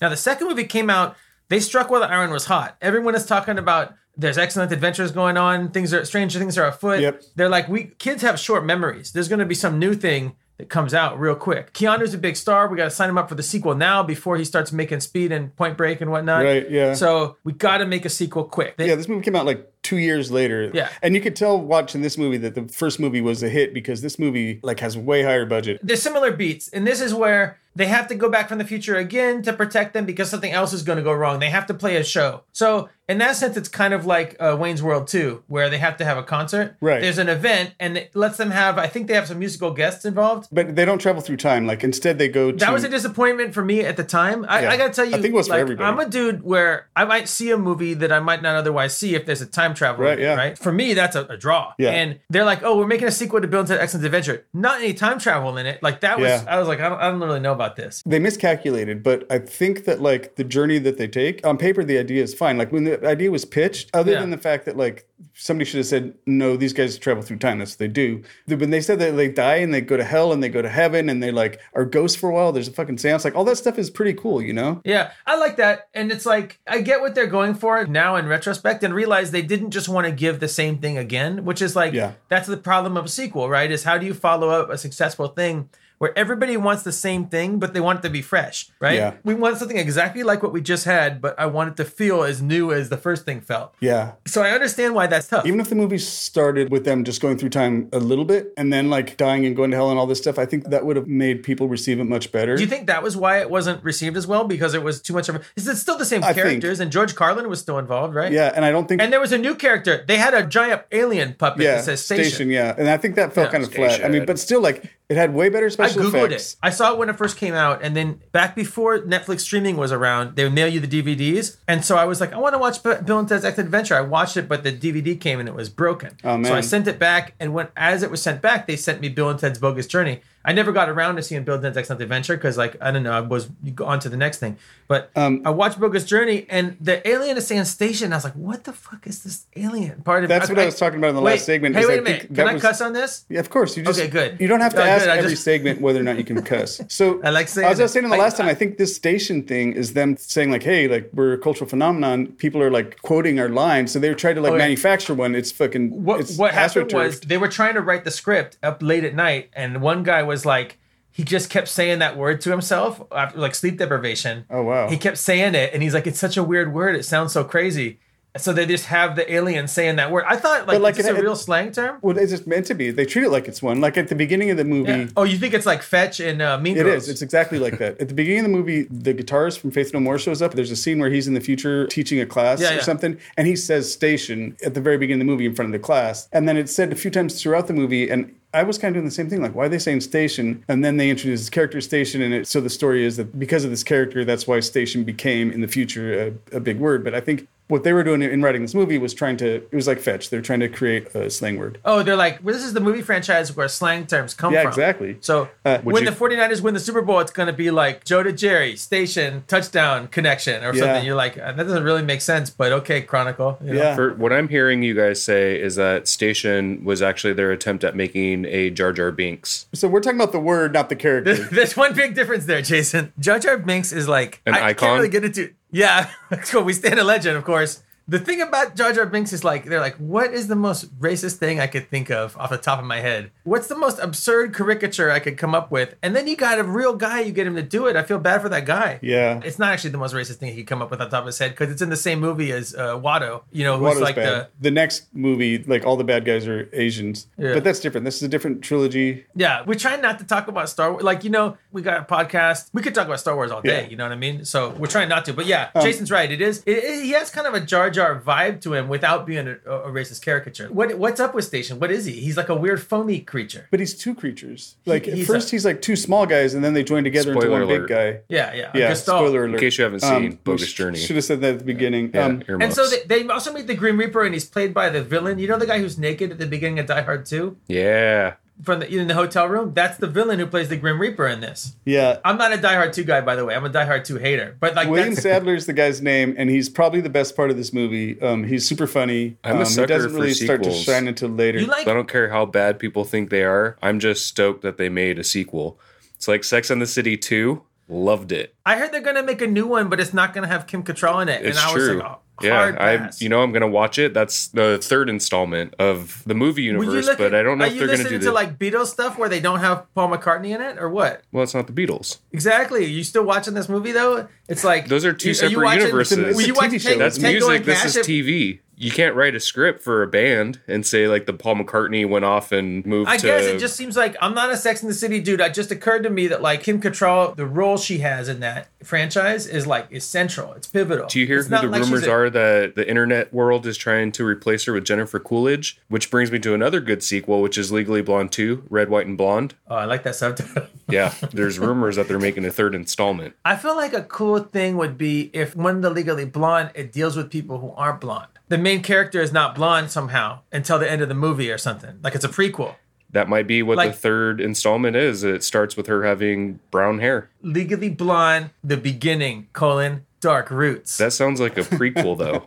Speaker 1: Now, the second movie came out, they struck while the iron was hot. Everyone is talking about there's excellent adventures going on, things are strange things are afoot.
Speaker 2: Yep.
Speaker 1: They're like, we kids have short memories. There's going to be some new thing that comes out real quick. Keanu's a big star. We got to sign him up for the sequel now before he starts making speed and point break and whatnot.
Speaker 2: Right, yeah.
Speaker 1: So we got to make a sequel quick. They-
Speaker 2: Yeah, this movie came out like two years later.
Speaker 1: Yeah.
Speaker 2: and you could tell watching this movie that the first movie was a hit because this movie like has way higher budget.
Speaker 1: there's similar beats, and this is where they have to go back from the future again to protect them because something else is going to go wrong. They have to play a show. So in that sense, it's kind of like uh, Wayne's World 2, where they have to have a concert.
Speaker 2: Right.
Speaker 1: There's an event, and it lets them have. I think they have some musical guests involved.
Speaker 2: But they don't travel through time. Like instead, they go.
Speaker 1: That
Speaker 2: to,
Speaker 1: was a disappointment for me at the time. I,
Speaker 2: Yeah.
Speaker 1: I gotta tell you,
Speaker 2: I think it was for
Speaker 1: like,
Speaker 2: everybody.
Speaker 1: I'm a dude where I might see a movie that I might not otherwise see if there's a time travel.
Speaker 2: Right,
Speaker 1: in it,
Speaker 2: yeah.
Speaker 1: right? For me, that's a, a draw.
Speaker 2: Yeah.
Speaker 1: And they're like, oh, we're making a sequel to Bill and Ted Excellent Adventure. Not any time travel in it. Like that was,
Speaker 2: Yeah.
Speaker 1: I was like, I don't, I don't really know about this.
Speaker 2: They miscalculated, but I think that like the journey that they take on paper, the idea is fine. Like when the idea was pitched, other
Speaker 1: Yeah.
Speaker 2: than the fact that like somebody should have said, "No, these guys travel through time. That's what they do." The- When they said that they die and they go to hell and they go to heaven and they like are ghosts for a while, there's a fucking seance. Like all that stuff is pretty cool, you know?
Speaker 1: Yeah, I like that. And it's like, I get what they're going for now in retrospect and realize they didn't just want to give the same thing again, which is like,
Speaker 2: Yeah.
Speaker 1: that's the problem of a sequel, right? Is how do you follow up a successful thing where everybody wants the same thing, but they want it to be fresh, right?
Speaker 2: Yeah.
Speaker 1: We want something exactly like what we just had, but I want it to feel as new as the first thing felt.
Speaker 2: Yeah.
Speaker 1: So I understand why that's tough.
Speaker 2: Even if the movie started with them just going through time a little bit and then like dying and going to hell and all this stuff, I think that would have made people receive it much better.
Speaker 1: do you think that was why it wasn't received as well? Because it was too much of a. It's still the same
Speaker 2: I think-
Speaker 1: characters, and George Carlin was still involved, right?
Speaker 2: yeah, and I don't think
Speaker 1: And there was a new character. They had a giant alien puppet
Speaker 2: yeah,
Speaker 1: that says station.
Speaker 2: yeah. And I think that felt
Speaker 1: Yeah,
Speaker 2: kind of flat. I
Speaker 3: station.
Speaker 2: mean, but still like it had way better
Speaker 1: I
Speaker 2: special
Speaker 1: googled
Speaker 2: effects.
Speaker 1: it. I saw it when it first came out, and then back before Netflix streaming was around, they would mail you the DVDs, and so I was like, I want to watch B- Bill and Ted's Excellent Adventure. I watched it, but the DVD came and it was broken.
Speaker 2: Oh,
Speaker 1: So I
Speaker 2: man.
Speaker 1: sent it back, and when as it was sent back, they sent me Bill and Ted's Bogus Journey. I never got around to seeing Bill and Ted's Excellent Adventure because, like, I don't know, I was on to the next thing. But
Speaker 2: Um,
Speaker 1: I watched Bogus Journey, and the alien is saying station. and I was like, what the fuck is this alien part of?
Speaker 2: That's what I was talking about in the
Speaker 1: wait,
Speaker 2: last segment,
Speaker 1: Hey,
Speaker 2: is
Speaker 1: wait
Speaker 2: I
Speaker 1: a
Speaker 2: think
Speaker 1: minute.
Speaker 2: that
Speaker 1: Can I
Speaker 2: was-
Speaker 1: cuss on this?
Speaker 2: Yeah, of course. You just,
Speaker 1: Okay, good.
Speaker 2: You don't have to
Speaker 1: Oh, good,
Speaker 2: ask
Speaker 1: I
Speaker 2: every
Speaker 1: just-
Speaker 2: segment whether or not you can
Speaker 1: (laughs)
Speaker 2: cuss. So
Speaker 1: I like saying
Speaker 2: I was
Speaker 1: it.
Speaker 2: just saying the
Speaker 1: I-
Speaker 2: last time.
Speaker 1: I-
Speaker 2: I think this station thing is them saying like, "Hey, like we're a cultural phenomenon. People are like quoting our lines." So they were trying to like
Speaker 1: yeah.
Speaker 2: manufacture one. It's fucking.
Speaker 1: what
Speaker 2: it's
Speaker 1: what happened
Speaker 2: astroturfed.
Speaker 1: was they were trying to write the script up late at night, and one guy was like, he just kept saying that word to himself after like sleep deprivation.
Speaker 2: Oh, wow.
Speaker 1: He kept saying it, and he's like, it's such a weird word. It sounds so crazy. So they just have the alien saying that word. I thought like,
Speaker 2: like,
Speaker 1: it's
Speaker 2: it-
Speaker 1: a real slang term.
Speaker 2: Well, it's just meant to be. They treat it like it's one. Like at the beginning of the movie,
Speaker 1: Yeah. Oh, you think it's like fetch and uh, mean
Speaker 2: It
Speaker 1: girls?
Speaker 2: is. It's exactly like that. At the beginning of the movie, the guitarist from Faith No More shows up. There's a scene where he's in the future teaching a class
Speaker 1: Yeah,
Speaker 2: or
Speaker 1: yeah.
Speaker 2: something, and he says station at the very beginning of the movie in front of the class. And then it's said a few times throughout the movie, and I was kind of doing the same thing. Like, why are they saying station? And then they introduce this character station, and it, so the story is that because of this character, that's why station became in the future a, a big word. But I think what they were doing in writing this movie was trying to. It was like fetch. They're trying to create a slang word.
Speaker 1: Oh, they're like, well, this is the movie franchise where slang terms come
Speaker 2: Yeah,
Speaker 1: from.
Speaker 2: exactly.
Speaker 1: So
Speaker 2: Uh, would
Speaker 1: when
Speaker 2: you-
Speaker 1: the 49ers win the Super Bowl, it's going to be like Joe to Jerry, station, touchdown, connection, or
Speaker 2: Yeah.
Speaker 1: something. You're like, "Uh, that doesn't really make sense, but okay, Chronicle. you know?
Speaker 2: Yeah.
Speaker 3: For what I'm hearing you guys say is that Station was actually their attempt at making a Jar Jar Binks,
Speaker 2: So we're talking about the word, not the character.
Speaker 1: There's one big difference there, Jason. Jar Jar Binks is like
Speaker 3: An
Speaker 1: I (laughs)
Speaker 3: icon?
Speaker 1: can't really get into. Yeah, that's cool. We stand a legend, of course. The thing about Jar Jar Binks is like they're like, what is the most racist thing I could think of off the top of my head? What's the most absurd caricature I could come up with? And then you got a real guy, you get him to do it. I feel bad for that guy.
Speaker 2: Yeah.
Speaker 1: It's not actually the most racist thing he could come up with on top of his head because it's in the same movie as uh, Watto. You know, who's
Speaker 2: Watto's
Speaker 1: like
Speaker 2: bad. The, next movie, like all the bad guys are Asians,
Speaker 1: Yeah.
Speaker 2: but that's different. This is a different trilogy.
Speaker 1: the yeah. We're trying not to talk about Star Wars. Like you know, we got a podcast. We could talk about Star Wars all day.
Speaker 2: Yeah. Um,
Speaker 1: You know what I mean? So we're trying not to. But yeah, Jason's right. It is. It, it- he has kind of a Jar Jar vibe to him without being a, a racist caricature. What what's up with Station? What is he? He's like a weird foamy creature.
Speaker 2: But he's two creatures. Like at
Speaker 1: he's
Speaker 2: first,
Speaker 1: a-
Speaker 2: he's like two small guys, and then they join together into
Speaker 3: Spoiler
Speaker 2: one big
Speaker 3: alert.
Speaker 2: guy.
Speaker 1: Yeah, yeah.
Speaker 2: Yeah,
Speaker 1: Gestalt.
Speaker 2: spoiler alert. Um,
Speaker 3: In case you haven't seen Bogus Journey.
Speaker 2: Should have said that at the beginning.
Speaker 3: Yeah,
Speaker 2: um,
Speaker 1: Mm-hmm. And
Speaker 3: earmuffs.
Speaker 1: so they, they also made the Grim Reaper, and he's played by the villain. You know the guy who's naked at the beginning of Die Hard Two
Speaker 3: yeah.
Speaker 1: from the, in the hotel room. That's the villain who plays the Grim Reaper in this.
Speaker 2: yeah.
Speaker 1: (laughs) I'm not a Die Hard 2 guy, by the way. I'm a Die Hard 2 hater. But like,
Speaker 2: William
Speaker 1: Oh, that's,
Speaker 2: Sadler is the guy's name, and he's probably the best part of this movie. Um, he's super funny.
Speaker 3: I'm a
Speaker 2: um, he
Speaker 3: sucker
Speaker 2: doesn't
Speaker 3: for
Speaker 2: really start to
Speaker 3: sequels.
Speaker 2: shine until later.
Speaker 1: you like
Speaker 3: I don't care how bad people think they are. I'm just stoked that they made a sequel. It's like Sex and the City 2. Loved it.
Speaker 1: I heard they're gonna make a new one, but it's not gonna have Kim Cattrall in it.
Speaker 3: It's
Speaker 1: and I was
Speaker 3: true.
Speaker 1: like, oh,
Speaker 3: yeah,
Speaker 1: hard
Speaker 3: I
Speaker 1: pass.
Speaker 3: you know I'm gonna watch it. That's the third installment of the movie
Speaker 1: Were you
Speaker 3: universe,
Speaker 1: looking-
Speaker 3: but I don't know
Speaker 1: are
Speaker 3: if
Speaker 1: you
Speaker 3: they're gonna
Speaker 1: listening
Speaker 3: do
Speaker 1: to
Speaker 3: that.
Speaker 1: like Beatles stuff where they don't have Paul McCartney in it or what?
Speaker 3: well, it's not the Beatles.
Speaker 1: Exactly. you still watching this movie though? It's like
Speaker 3: Those are two
Speaker 1: you-
Speaker 3: separate
Speaker 1: you watching-
Speaker 3: universes. It's a-
Speaker 1: Were you
Speaker 2: it's a
Speaker 1: watching
Speaker 2: TV show.
Speaker 1: Tango
Speaker 3: That's
Speaker 1: and
Speaker 3: music. This
Speaker 1: Cash
Speaker 3: is
Speaker 1: if-
Speaker 3: TV. You can't write a script for a band and say like the Paul McCartney went off and moved.
Speaker 1: I
Speaker 3: to,
Speaker 1: guess it just seems like I'm not a Sex in the City dude. It just occurred to me that like Kim Cattrall, the role she has in that franchise is like is central. It's pivotal.
Speaker 3: Do you hear
Speaker 1: It's
Speaker 3: who
Speaker 1: not
Speaker 3: the
Speaker 1: like she's
Speaker 3: rumors
Speaker 1: a-
Speaker 3: are that the internet world is trying to replace her with Jennifer Coolidge? Which brings me to another good sequel, which is Legally Blonde 2, Red, White, and Blonde.
Speaker 1: Oh, I like that subtitle.
Speaker 3: Yeah, there's rumors that they're making a third installment.
Speaker 1: I feel like a cool thing would be if one of the Legally Blonde it deals with people who aren't blonde. The main character is not blonde somehow until the end of the movie or something. Like it's a prequel.
Speaker 3: That might be what
Speaker 1: Like-
Speaker 3: the third installment is. It starts with her having brown hair.
Speaker 1: Legally Blonde, the beginning colon dark roots.
Speaker 3: That sounds like a prequel, though.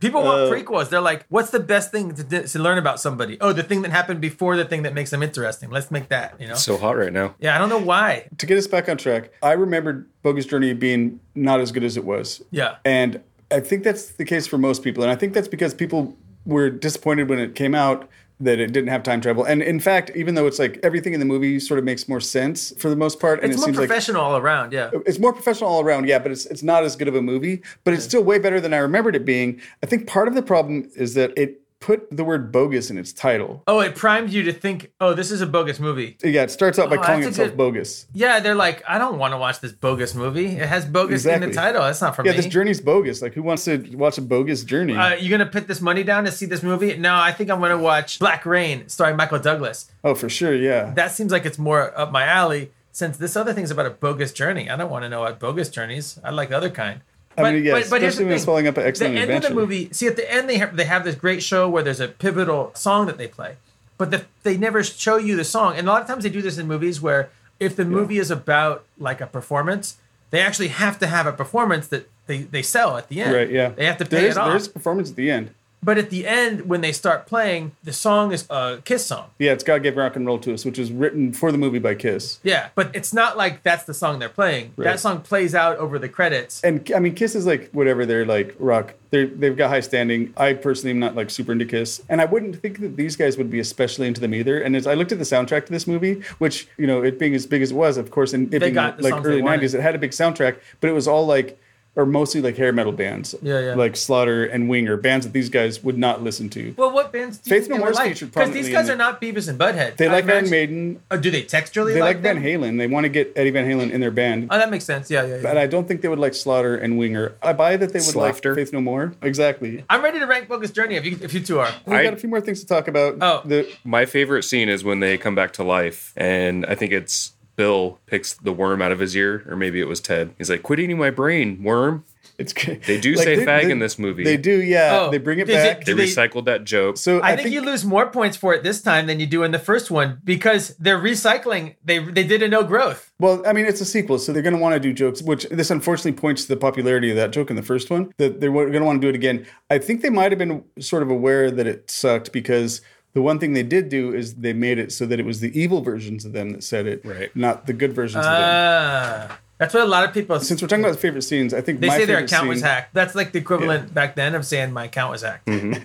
Speaker 1: people
Speaker 2: uh,
Speaker 1: want prequels. They're like, what's the best thing to, di- to learn about somebody? Oh, the thing that happened before the thing that makes them interesting. Let's make that. You know.
Speaker 3: so hot right now.
Speaker 1: yeah, I don't know why.
Speaker 2: to get us back on track, I remembered Bogus Journey being not as good as it was.
Speaker 1: Yeah.
Speaker 2: And I think that's the case for most people. And I think that's because people were disappointed when it came out that it didn't have time travel. And in fact, even though it's like everything in the movie sort of makes more sense for the most part, and
Speaker 1: It's
Speaker 2: it
Speaker 1: more
Speaker 2: seems like Uh,
Speaker 1: professional all around. Yeah.
Speaker 2: it's more professional all around, yeah, but it's it's not as good of a movie, but it's still way better than I remembered it being. I think part of the problem is that it put the word bogus in its title.
Speaker 1: Oh, it primed you to think. Oh, this is a bogus movie.
Speaker 2: Yeah, it starts out by calling
Speaker 1: Oh, that's a
Speaker 2: itself
Speaker 1: good-
Speaker 2: bogus.
Speaker 1: Yeah, they're like, I don't want to watch this bogus movie. It has bogus in
Speaker 2: Exactly.
Speaker 1: the title. That's not for
Speaker 2: Yeah,
Speaker 1: me.
Speaker 2: this journey's bogus. Like who wants to watch a bogus journey?
Speaker 1: uh, you're gonna put this money down to see this movie? No, I think I'm gonna watch Black Rain, starring Michael Douglas.
Speaker 2: oh, for sure, yeah.
Speaker 1: That seems like it's more up my alley. Since this other thing's about a bogus journey, I don't want to know about bogus journeys. I like the other kind. But,
Speaker 2: mean, yes,
Speaker 1: here's
Speaker 2: especially when it's following up an
Speaker 1: the
Speaker 2: excellent
Speaker 1: end of the
Speaker 2: adventure.
Speaker 1: movie. See, at the end they have, they have this great show where there's a pivotal song that they play, but the, they never show you the song. And a lot of times they do this in movies where if the movie is about like a performance, they actually have to have a performance that they, they sell at the end.
Speaker 2: Right, yeah.
Speaker 1: They have to pay
Speaker 2: There's
Speaker 1: it off.
Speaker 2: there's performance at the end.
Speaker 1: But at the end, when they start playing, the song is a Kiss song.
Speaker 2: Yeah, it's God gave rock and roll to us, which was written for the movie by Kiss.
Speaker 1: Yeah, but it's not like that's the song they're playing. That
Speaker 2: Right.
Speaker 1: song plays out over the credits.
Speaker 2: And I mean, Kiss is like whatever they're like rock. They're, they've got high standing. I personally am not like super into Kiss, and I wouldn't think that these guys would be especially into them either. And as I looked at the soundtrack to this movie, which you know, it being as big as it was, of course, and it being
Speaker 1: got the
Speaker 2: like
Speaker 1: songs they
Speaker 2: early
Speaker 1: wanted.
Speaker 2: '90s, it had a big soundtrack, but it was all like. Or mostly like hair metal bands,
Speaker 1: Yeah, yeah.
Speaker 2: like Slaughter and Wing, or bands that these guys would not listen to.
Speaker 1: Well, what bands do you
Speaker 2: Faith
Speaker 1: think
Speaker 2: No
Speaker 1: they were
Speaker 2: More's
Speaker 1: like?
Speaker 2: featured
Speaker 1: Because these
Speaker 2: prominently
Speaker 1: guys
Speaker 2: in
Speaker 1: are not Beavis and Butthead.
Speaker 2: They
Speaker 1: I
Speaker 2: like Van
Speaker 1: imagine-
Speaker 2: Maiden,
Speaker 1: Oh, do they texturally
Speaker 2: they like, Van
Speaker 1: them?
Speaker 2: Halen. They want to get Eddie Van Halen in their band.
Speaker 1: Oh, that makes sense. Yeah, yeah, yeah.
Speaker 2: But I don't think they would like Slaughter and Winger. I buy that they would
Speaker 3: Slaughter.
Speaker 2: like Faith No More. Exactly.
Speaker 1: I'm ready to rank Bogus Journey if you if you two are.
Speaker 2: We
Speaker 3: I-
Speaker 2: got a few more things to talk about.
Speaker 1: Oh.
Speaker 2: The,
Speaker 3: My favorite scene is when they come back to life, and I think it's Bill picks the worm out of his ear, or maybe it was Ted. He's like, "Quit eating my brain, worm."
Speaker 2: it's good.
Speaker 3: They do say fag in this movie.
Speaker 2: They do, yeah.
Speaker 1: Oh.
Speaker 2: they bring it
Speaker 1: Is it-
Speaker 2: back.
Speaker 3: They
Speaker 1: Do they-
Speaker 3: recycled that joke.
Speaker 2: so
Speaker 1: I, think, you lose more points for it this time than you do in the first one because they're recycling. They they did a no growth.
Speaker 2: Well, I mean, it's a sequel, so they're going to want to do jokes, which this unfortunately points to the popularity of that joke in the first one, that they're going to want to do it again. I think they might have been sort of aware that it sucked because the one thing they did do is they made it so that it was the evil versions of them that said it,
Speaker 3: Right.
Speaker 2: not the good versions of them.
Speaker 1: Ah, That's what a lot of people
Speaker 2: Since we're talking about favorite scenes, I think
Speaker 1: they
Speaker 2: my
Speaker 1: say their
Speaker 2: favorite
Speaker 1: account
Speaker 2: scene,
Speaker 1: was hacked. That's like the equivalent back then of saying my account was hacked.
Speaker 2: Um,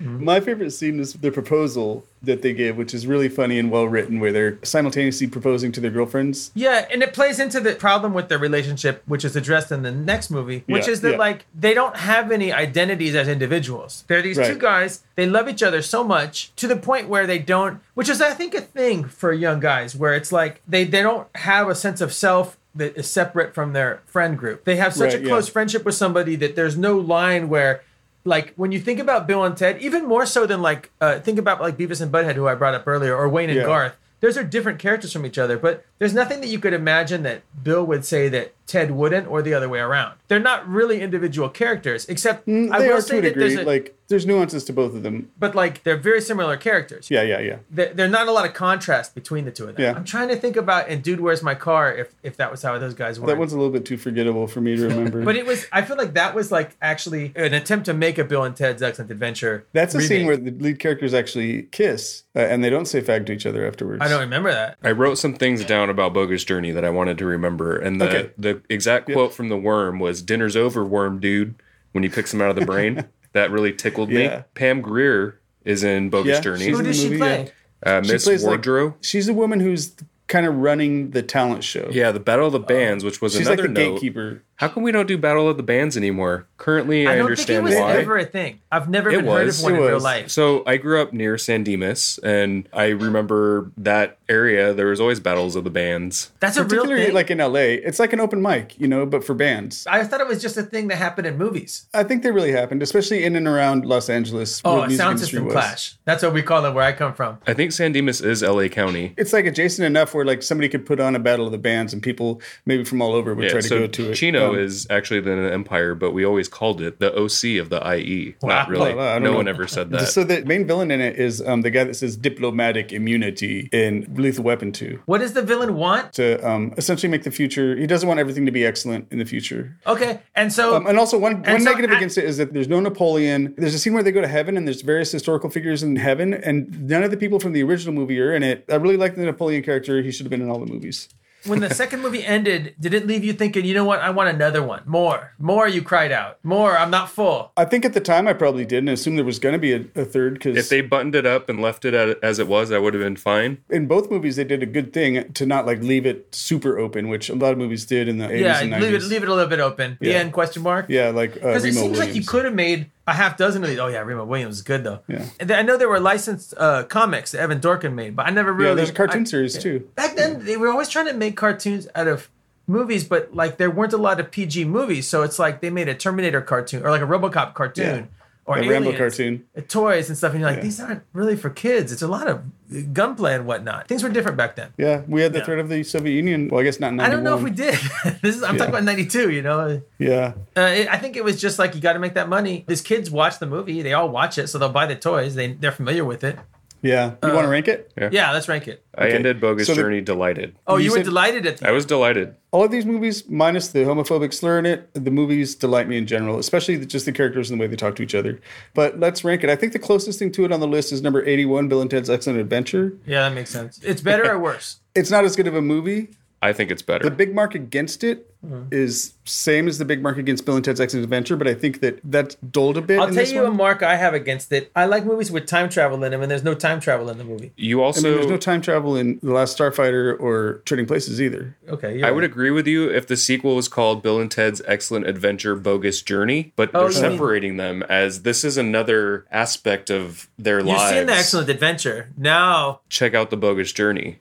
Speaker 1: Mm-hmm.
Speaker 2: My favorite scene is the proposal that they give, which is really funny and well written, where they're simultaneously proposing to their girlfriends.
Speaker 1: Yeah, and it plays into the problem with their relationship, which is addressed in the next movie, which
Speaker 2: Yeah,
Speaker 1: is that
Speaker 2: yeah.
Speaker 1: like they don't have any identities as individuals. They're these two
Speaker 2: Right.
Speaker 1: guys. They love each other so much to the point where they don't, which is I think a thing for young guys, where it's like they they don't have a sense of self that is separate from their friend group. They have such
Speaker 2: Right,
Speaker 1: a
Speaker 2: yeah.
Speaker 1: close friendship with somebody that there's no line where. Like when you think about Bill and Ted, even more so than like uh, think about like Beavis and Butthead, who I brought up earlier, or Wayne and
Speaker 2: Yeah.
Speaker 1: Garth. Those are different characters from each other, but there's nothing that you could imagine that Bill would say that Ted wouldn't, or the other way around. They're not really individual characters, except I
Speaker 2: Mm, they
Speaker 1: will
Speaker 2: are
Speaker 1: say
Speaker 2: to a
Speaker 1: that there's
Speaker 2: degree.
Speaker 1: a,
Speaker 2: like there's nuances to both of them.
Speaker 1: but like they're very similar characters.
Speaker 2: Yeah, yeah, yeah.
Speaker 1: There, there's not a lot of contrast between the two of them.
Speaker 2: Yeah.
Speaker 1: I'm trying to think about and Dude, Where's My Car? If if that was how those guys were.
Speaker 2: That one's a little bit too forgettable for me to
Speaker 1: (laughs)
Speaker 2: remember.
Speaker 1: but it was. I feel like that was like actually an attempt to make a Bill and Ted's Excellent Adventure.
Speaker 2: That's a
Speaker 1: remake.
Speaker 2: scene where the lead characters actually kiss, uh, and they don't say fag to each other afterwards.
Speaker 1: I don't remember that.
Speaker 3: I wrote some things down about Bogus Journey that I wanted to remember, and the
Speaker 2: Okay.
Speaker 3: the exact quote from the worm was "Dinner's over, worm dude." When he picks him out of the
Speaker 2: (laughs)
Speaker 3: brain, that really tickled
Speaker 2: Yeah.
Speaker 3: me. Pam Greer is in Bogus
Speaker 2: Yeah,
Speaker 3: Journey.
Speaker 2: she's
Speaker 1: Who
Speaker 2: in the
Speaker 1: does she
Speaker 2: movie,
Speaker 1: play?
Speaker 2: yeah.
Speaker 3: uh,
Speaker 2: She
Speaker 3: Miss
Speaker 2: plays, like-
Speaker 3: Wardrow.
Speaker 2: She's a woman who's kind of running the talent show.
Speaker 3: yeah, the Battle of the Bands, which was
Speaker 2: Um, she's like
Speaker 3: another
Speaker 2: the
Speaker 3: note.
Speaker 2: gatekeeper.
Speaker 3: How come we don't do Battle of the Bands anymore? Currently, I,
Speaker 1: I don't
Speaker 3: understand
Speaker 1: think it was
Speaker 3: why.
Speaker 1: ever a thing. I've never
Speaker 3: It
Speaker 1: even heard of
Speaker 3: was.
Speaker 1: one
Speaker 2: It
Speaker 1: in real
Speaker 2: was.
Speaker 1: life.
Speaker 3: So I grew up near San Dimas, and I remember that area. There was always battles of the bands.
Speaker 1: That's a real
Speaker 2: Particularly
Speaker 1: thing.
Speaker 2: like in LA, it's like an open mic, you know, but for bands.
Speaker 1: I thought it was just a thing that happened in movies.
Speaker 2: I think they really happened, especially in and around Los Angeles. where
Speaker 1: Oh,
Speaker 2: the
Speaker 1: a
Speaker 2: music
Speaker 1: sound
Speaker 2: industry
Speaker 1: system
Speaker 2: was.
Speaker 1: clash. That's what we call it where I come from.
Speaker 3: I think San Dimas is L.A. County.
Speaker 2: It's like adjacent enough where like somebody could put on a battle of the bands, and people maybe from all over would
Speaker 3: Yeah,
Speaker 2: try to
Speaker 3: so
Speaker 2: go to it. Um,
Speaker 3: Chino is actually the Empire, but we always called it the OC of the IE. Not
Speaker 1: Wow.
Speaker 3: really.
Speaker 2: Wow, I don't
Speaker 3: no
Speaker 2: know.
Speaker 3: one ever said that.
Speaker 2: So the main villain in it is um, the guy that says diplomatic immunity in Lethal Weapon 2
Speaker 1: What does the villain want?
Speaker 2: to um, essentially make the future. He doesn't want everything to be excellent in the future.
Speaker 1: Okay, and so
Speaker 2: Um, (laughs) and also, one, one
Speaker 1: so
Speaker 2: negative
Speaker 1: I-
Speaker 2: against it is that there's no Napoleon. There's a scene where they go to heaven, and there's various historical figures in heaven, and none of the people from the original movie are in it. I really like the Napoleon character. He should have been in all the movies.
Speaker 1: when the second movie ended, did it leave you thinking, you know what, I want another one, more, more? You cried out, more. I'm not full.
Speaker 2: I think at the time I probably didn't assume there was going to be a, a third
Speaker 3: if
Speaker 2: because
Speaker 3: they buttoned it up and left it at, as it was, I would have been fine.
Speaker 2: in both movies they did a good thing to not like leave it super open, which a lot of movies did in the 80s
Speaker 1: Yeah,
Speaker 2: and 90s.
Speaker 1: leave it, leave it a little bit open. The
Speaker 2: Yeah.
Speaker 1: end question mark.
Speaker 2: yeah, like uh,
Speaker 1: Because it
Speaker 2: Remo
Speaker 1: seems
Speaker 2: Williams.
Speaker 1: like you could have made a half dozen of these. Oh yeah, Remo Williams is good though.
Speaker 2: Yeah.
Speaker 1: And I know there were licensed uh, comics that Evan Dorkin made, but I never really.
Speaker 2: Yeah, there's a cartoon
Speaker 1: I-
Speaker 2: series too.
Speaker 1: back then they were always trying to make cartoons out of movies but like there weren't a lot of pg movies so it's like they made a terminator cartoon or like a robocop cartoon
Speaker 2: Yeah.
Speaker 1: or
Speaker 2: A
Speaker 1: Aliens,
Speaker 2: Rambo cartoon.
Speaker 1: uh, toys and stuff and you're like these aren't really for kids it's a lot of uh, gunplay and whatnot things were different back then
Speaker 2: Yeah, we had the threat of the Soviet Union. Well, I guess not. in
Speaker 1: i don't know if we
Speaker 2: 91.
Speaker 1: did (laughs) this is i'm talking about 92 you know
Speaker 2: Yeah,
Speaker 1: uh, it, i think it was just like you got to make that money these kids watch the movie they all watch it so they'll buy the toys they, they're familiar with it
Speaker 2: yeah. You
Speaker 1: Uh,
Speaker 2: want to rank it?
Speaker 1: yeah let's rank it
Speaker 3: I
Speaker 2: Okay.
Speaker 3: ended Bogus
Speaker 2: So the-
Speaker 3: Journey delighted.
Speaker 1: oh you,
Speaker 2: You
Speaker 1: were
Speaker 2: said-
Speaker 1: delighted at
Speaker 3: I
Speaker 1: the
Speaker 3: was delighted.
Speaker 2: All of these movies, minus the homophobic slur in it, the movies delight me in general, especially the, just the characters and the way they talk to each other. But let's rank it. I think the closest thing to it on the list is number 81, Bill and Ted's Excellent Adventure.
Speaker 1: yeah that makes sense it's better or worse
Speaker 2: It's not as good of a movie.
Speaker 3: I think it's better.
Speaker 2: The big mark against it is
Speaker 1: Mm-hmm.
Speaker 2: same as the big mark against Bill and Ted's Excellent Adventure, but I think that that's dulled a bit.
Speaker 1: I'll
Speaker 2: in
Speaker 1: tell
Speaker 2: this
Speaker 1: you
Speaker 2: one.
Speaker 1: a mark I have against it. I like movies with time travel in them, and there's no time travel in the movie.
Speaker 3: you
Speaker 2: I mean,
Speaker 3: also. I,
Speaker 2: there's no time travel in The Last Starfighter or Trading Places either.
Speaker 1: Okay, you're
Speaker 3: would
Speaker 1: right.
Speaker 3: agree with you if the sequel was called Bill and Ted's Excellent Adventure Bogus Journey, but
Speaker 1: Oh,
Speaker 3: they're
Speaker 1: you mean-
Speaker 3: separating them as this is another aspect of their
Speaker 1: You've
Speaker 3: lives.
Speaker 1: seen the Excellent Adventure. Now
Speaker 3: Check out the Bogus Journey.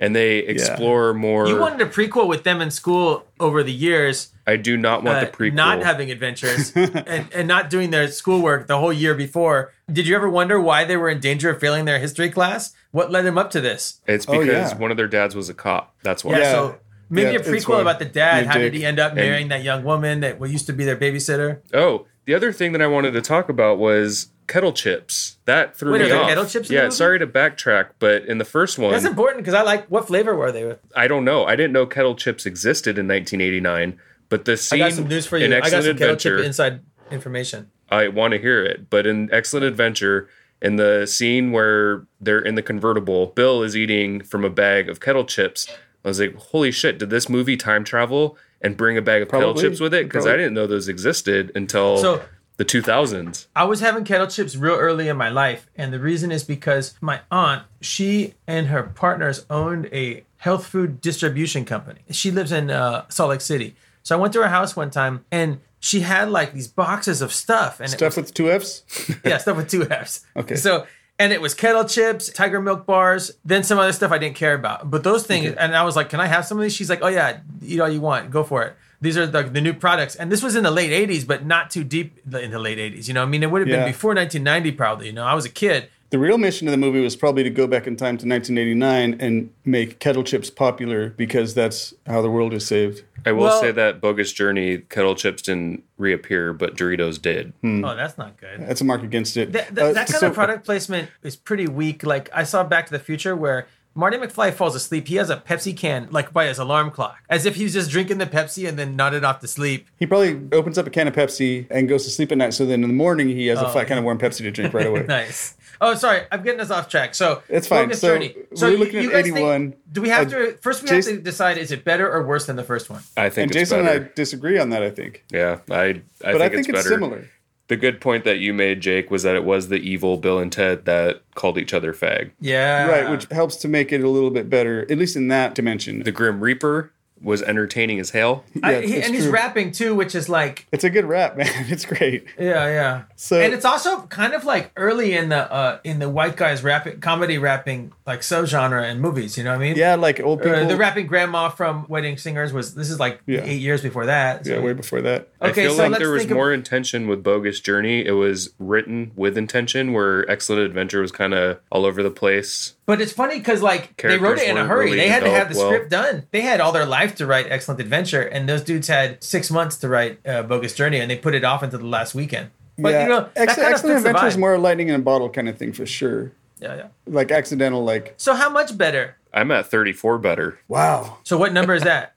Speaker 3: And they explore more.
Speaker 1: you wanted a prequel with them in school over the years,
Speaker 3: I do not want
Speaker 1: uh,
Speaker 3: the prequel.
Speaker 1: not having adventures and, and not doing their schoolwork the whole year before. Did you ever wonder why they were in danger of failing their history class? What led them up to this?
Speaker 3: It's
Speaker 2: Oh,
Speaker 3: because
Speaker 2: yeah.
Speaker 3: one of their dads was a cop. That's why.
Speaker 1: Yeah,
Speaker 2: Yeah.
Speaker 1: so maybe
Speaker 2: Yeah,
Speaker 1: a
Speaker 2: it's
Speaker 1: prequel
Speaker 2: one.
Speaker 1: about the dad.
Speaker 2: Your
Speaker 1: How did
Speaker 2: dick.
Speaker 1: he end up marrying that young woman that used to be their babysitter?
Speaker 3: Oh, the other thing that I wanted to talk about was kettle chips. That threw
Speaker 1: Wait,
Speaker 3: me
Speaker 1: are there
Speaker 3: off.
Speaker 1: kettle chips in the
Speaker 3: yeah,
Speaker 1: movie?
Speaker 3: sorry to backtrack, but in the first one,
Speaker 1: That's important because I like what flavor were they with?
Speaker 3: I don't know. I didn't know kettle chips existed in 1989. But the
Speaker 1: I
Speaker 3: scene
Speaker 1: got some news for you.
Speaker 3: in
Speaker 1: I got
Speaker 3: Excellent
Speaker 1: some kettle
Speaker 3: Adventure,
Speaker 1: chip inside information.
Speaker 3: I want to hear it. But in Excellent Adventure, in the scene where they're in the convertible, Bill is eating from a bag of kettle chips. I was like, holy shit, did this movie time travel and bring a bag of
Speaker 2: Probably.
Speaker 3: kettle chips with it? Because I
Speaker 2: Probably.
Speaker 3: didn't know those existed until
Speaker 1: So-
Speaker 3: the 2000s.
Speaker 1: I was having kettle chips real early in my life, and the reason is because my aunt, she and her partners owned a health food distribution company. She lives in uh, Salt Lake City, so I went to her house one time, and she had like these boxes of stuff, and it
Speaker 2: Stuff with two F's.
Speaker 1: (laughs) yeah, stuff with two F's.
Speaker 2: Okay.
Speaker 1: So, and it was kettle chips, tiger milk bars, then some other stuff I didn't care about. But those things, and I was like, can I have some of these? She's like, oh yeah, eat all you want, go for it. These are the, the new products. And this was in the late 80s, but not too deep in the late 80s. You know, I mean, it would have
Speaker 2: Yeah.
Speaker 1: been before 1990 probably. You know, I was a kid.
Speaker 2: The real mission of the movie was probably to go back in time to 1989 and make kettle chips popular because that's how the world is saved.
Speaker 3: I will
Speaker 1: Well-
Speaker 3: say that Bogus Journey kettle chips didn't reappear, but Doritos did.
Speaker 2: Hmm.
Speaker 1: Oh, that's not good.
Speaker 2: That's a mark against it.
Speaker 1: That,
Speaker 2: Uh,
Speaker 1: that, that kind
Speaker 2: Mm. so-
Speaker 1: of product placement is pretty weak. Like I saw Back to the Future where Marty McFly falls asleep. He has a Pepsi can like by his alarm clock, as if he was just drinking the Pepsi and then nodded off to sleep.
Speaker 2: He probably opens up a can of Pepsi and goes to sleep at night. So then in the morning, he has a flat can of warm Pepsi to drink right away.
Speaker 1: Oh. (laughs) Nice. Oh, sorry, I'm getting us off track. So
Speaker 2: It's fine.
Speaker 1: Bogus
Speaker 2: So,
Speaker 1: Journey.
Speaker 2: we're
Speaker 1: you-
Speaker 2: looking at
Speaker 1: you guys
Speaker 2: 81.
Speaker 1: Think, do we have
Speaker 2: Uh,
Speaker 1: to first? We
Speaker 2: Jason-
Speaker 1: have to decide: is it better or worse than the first one?
Speaker 3: I think
Speaker 2: And
Speaker 3: it's
Speaker 2: Jason and I
Speaker 3: better.
Speaker 2: disagree on that, I think.
Speaker 3: yeah, I,
Speaker 2: But
Speaker 3: I, think,
Speaker 2: I think it's,
Speaker 3: better.
Speaker 2: similar.
Speaker 3: The good point that you made, Jake, was that it was the evil Bill and Ted that called each other fag.
Speaker 1: Yeah.
Speaker 2: right, which helps to make it a little bit better, at least in that dimension.
Speaker 3: The Grim Reaper was entertaining as hell.
Speaker 1: I-
Speaker 2: Yeah,
Speaker 1: he-
Speaker 2: it's
Speaker 1: and he's
Speaker 2: true.
Speaker 1: rapping too, which is like,
Speaker 2: It's a good rap, (laughs) man. It's great.
Speaker 1: yeah, yeah.
Speaker 2: So-
Speaker 1: and it's also kind of like early in the uh in the white guys rapping comedy rapping like subgenre in movies. You know what I mean?
Speaker 2: Yeah, like old people.
Speaker 1: Uh, the rapping grandma from Wedding Singers was this is like
Speaker 2: Yeah.
Speaker 1: eight years before that. so-
Speaker 2: Yeah, way before that.
Speaker 1: Okay,
Speaker 3: I feel
Speaker 1: so
Speaker 3: like
Speaker 1: let's
Speaker 3: there was
Speaker 1: think of-
Speaker 3: more intention with Bogus Journey. It was written with intention, where Excellent Adventure was kind of all over the place.
Speaker 1: But it's funny because like they wrote
Speaker 3: Characters
Speaker 1: it in a
Speaker 3: weren't
Speaker 1: hurry.
Speaker 3: really
Speaker 1: they had to have
Speaker 3: developed
Speaker 1: the
Speaker 3: well.
Speaker 1: script done. They had all their life to write Excellent Adventure, and those dudes had six months to write uh, Bogus Journey, and they put it off into the last weekend. But
Speaker 2: yeah.
Speaker 1: you know, that
Speaker 2: Ex-
Speaker 1: kind of
Speaker 2: Excellent
Speaker 1: fits the
Speaker 2: Adventure is
Speaker 1: vibe.
Speaker 2: more a lightning in a bottle kind of thing for sure.
Speaker 1: yeah, yeah.
Speaker 2: Like accidental, like,
Speaker 1: So how much better?
Speaker 3: I'm at 34 better.
Speaker 2: wow.
Speaker 1: So what number is
Speaker 3: (laughs)
Speaker 1: that?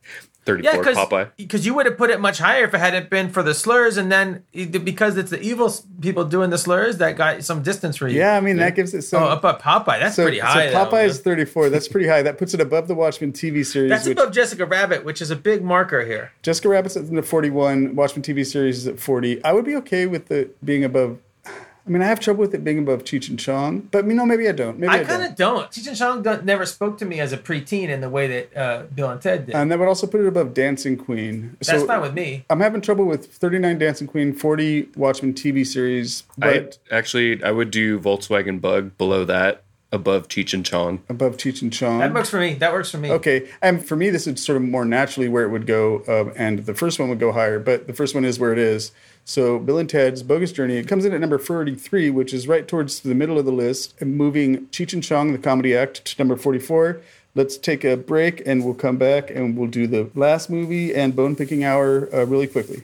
Speaker 1: yeah,
Speaker 3: 34
Speaker 1: because
Speaker 3: Popeye.
Speaker 1: you would have put it much higher if it hadn't been for the slurs, and then it- because it's the evil s- people doing the slurs that got some distance for you.
Speaker 2: Yeah, I mean, that gives it some.
Speaker 1: Oh, up at Popeye, that's
Speaker 2: so,
Speaker 1: pretty high.
Speaker 2: so
Speaker 1: though.
Speaker 2: Popeye is 34. That's pretty high. That puts it above the Watchmen TV series.
Speaker 1: That's
Speaker 2: which,
Speaker 1: above Jessica Rabbit, which is a big marker here.
Speaker 2: Jessica Rabbit's at the 41, Watchmen TV series is at 40. I would be okay with it being above. I mean, I have trouble with it being above Cheech and Chong, but you know, maybe I don't. Maybe
Speaker 1: I
Speaker 2: I,
Speaker 1: kind
Speaker 2: don't.
Speaker 1: of don't. Cheech and Chong don't, never spoke to me as a preteen in the way that uh, Bill and Ted did.
Speaker 2: And that would also put it above Dancing Queen. Um, So
Speaker 1: That's fine with me.
Speaker 2: I'm having trouble with 39 Dancing Queen, 40 Watchmen TV series,
Speaker 3: I
Speaker 2: but
Speaker 3: actually I would do Volkswagen Bug below that, above Cheech and Chong.
Speaker 2: above Cheech and Chong.
Speaker 1: That works for me. That works for me.
Speaker 2: Okay, and for me, this is sort of more naturally where it would go, um, and the first one would go higher, but the first one is where it is. So, Bill and Ted's Bogus Journey, it comes in at number 43, which is right towards the middle of the list, and moving Cheech and Chong, the comedy act, to number 44. Let's take a break and we'll come back and we'll do the last movie and Bone Picking Hour uh, really quickly.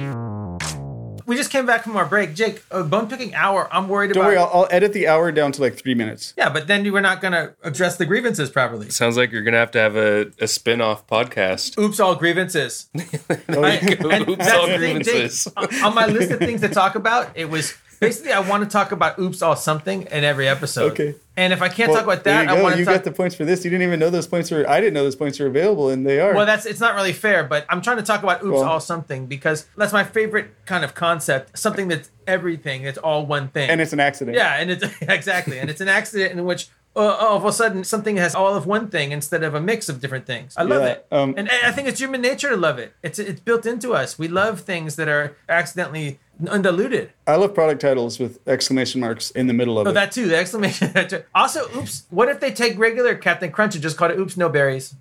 Speaker 1: We just came back from our break. Jake, uh, bone picking hour. I'm worried
Speaker 2: Don't
Speaker 1: about.
Speaker 2: worry, I'll, I'll edit the hour down to like three minutes.
Speaker 1: yeah, but then you were not going to address the grievances properly.
Speaker 3: Sounds like you're gonna have to have a, a spin-off podcast.
Speaker 1: Oops, all
Speaker 2: (laughs)
Speaker 1: grievances. I- and
Speaker 3: Oops,
Speaker 1: that's
Speaker 3: all
Speaker 1: the thing, Jake.
Speaker 3: grievances.
Speaker 1: on- on my list of things to talk about, it was basically I want to talk about oops, all something in every episode.
Speaker 2: Okay.
Speaker 1: And if I can't talk about
Speaker 2: there
Speaker 1: that,
Speaker 2: you
Speaker 1: I
Speaker 2: go.
Speaker 1: want to
Speaker 2: You
Speaker 1: talk.
Speaker 2: got the points for this. You didn't even know those points were. I didn't know those points were available, and they are.
Speaker 1: Well, that's it's not really fair, but I'm trying to talk about oops
Speaker 2: Well-
Speaker 1: all something because that's my favorite kind of concept. Something that's everything. It's all one thing.
Speaker 2: and it's an accident.
Speaker 1: yeah, and it's (laughs) exactly, and it's an accident in which. Uh, all of a sudden, something has all of one thing instead of a mix of different things. I love
Speaker 2: Yeah,
Speaker 1: it,
Speaker 2: um,
Speaker 1: and I I think it's human nature to love it. It's it's built into us. We love things that are accidentally undiluted.
Speaker 2: I love product titles with exclamation marks in the middle of
Speaker 1: Oh,
Speaker 2: it.
Speaker 1: that too. The exclamation. (laughs) also, oops. What if they take regular Captain Crunch and just call it "Oops, no berries"?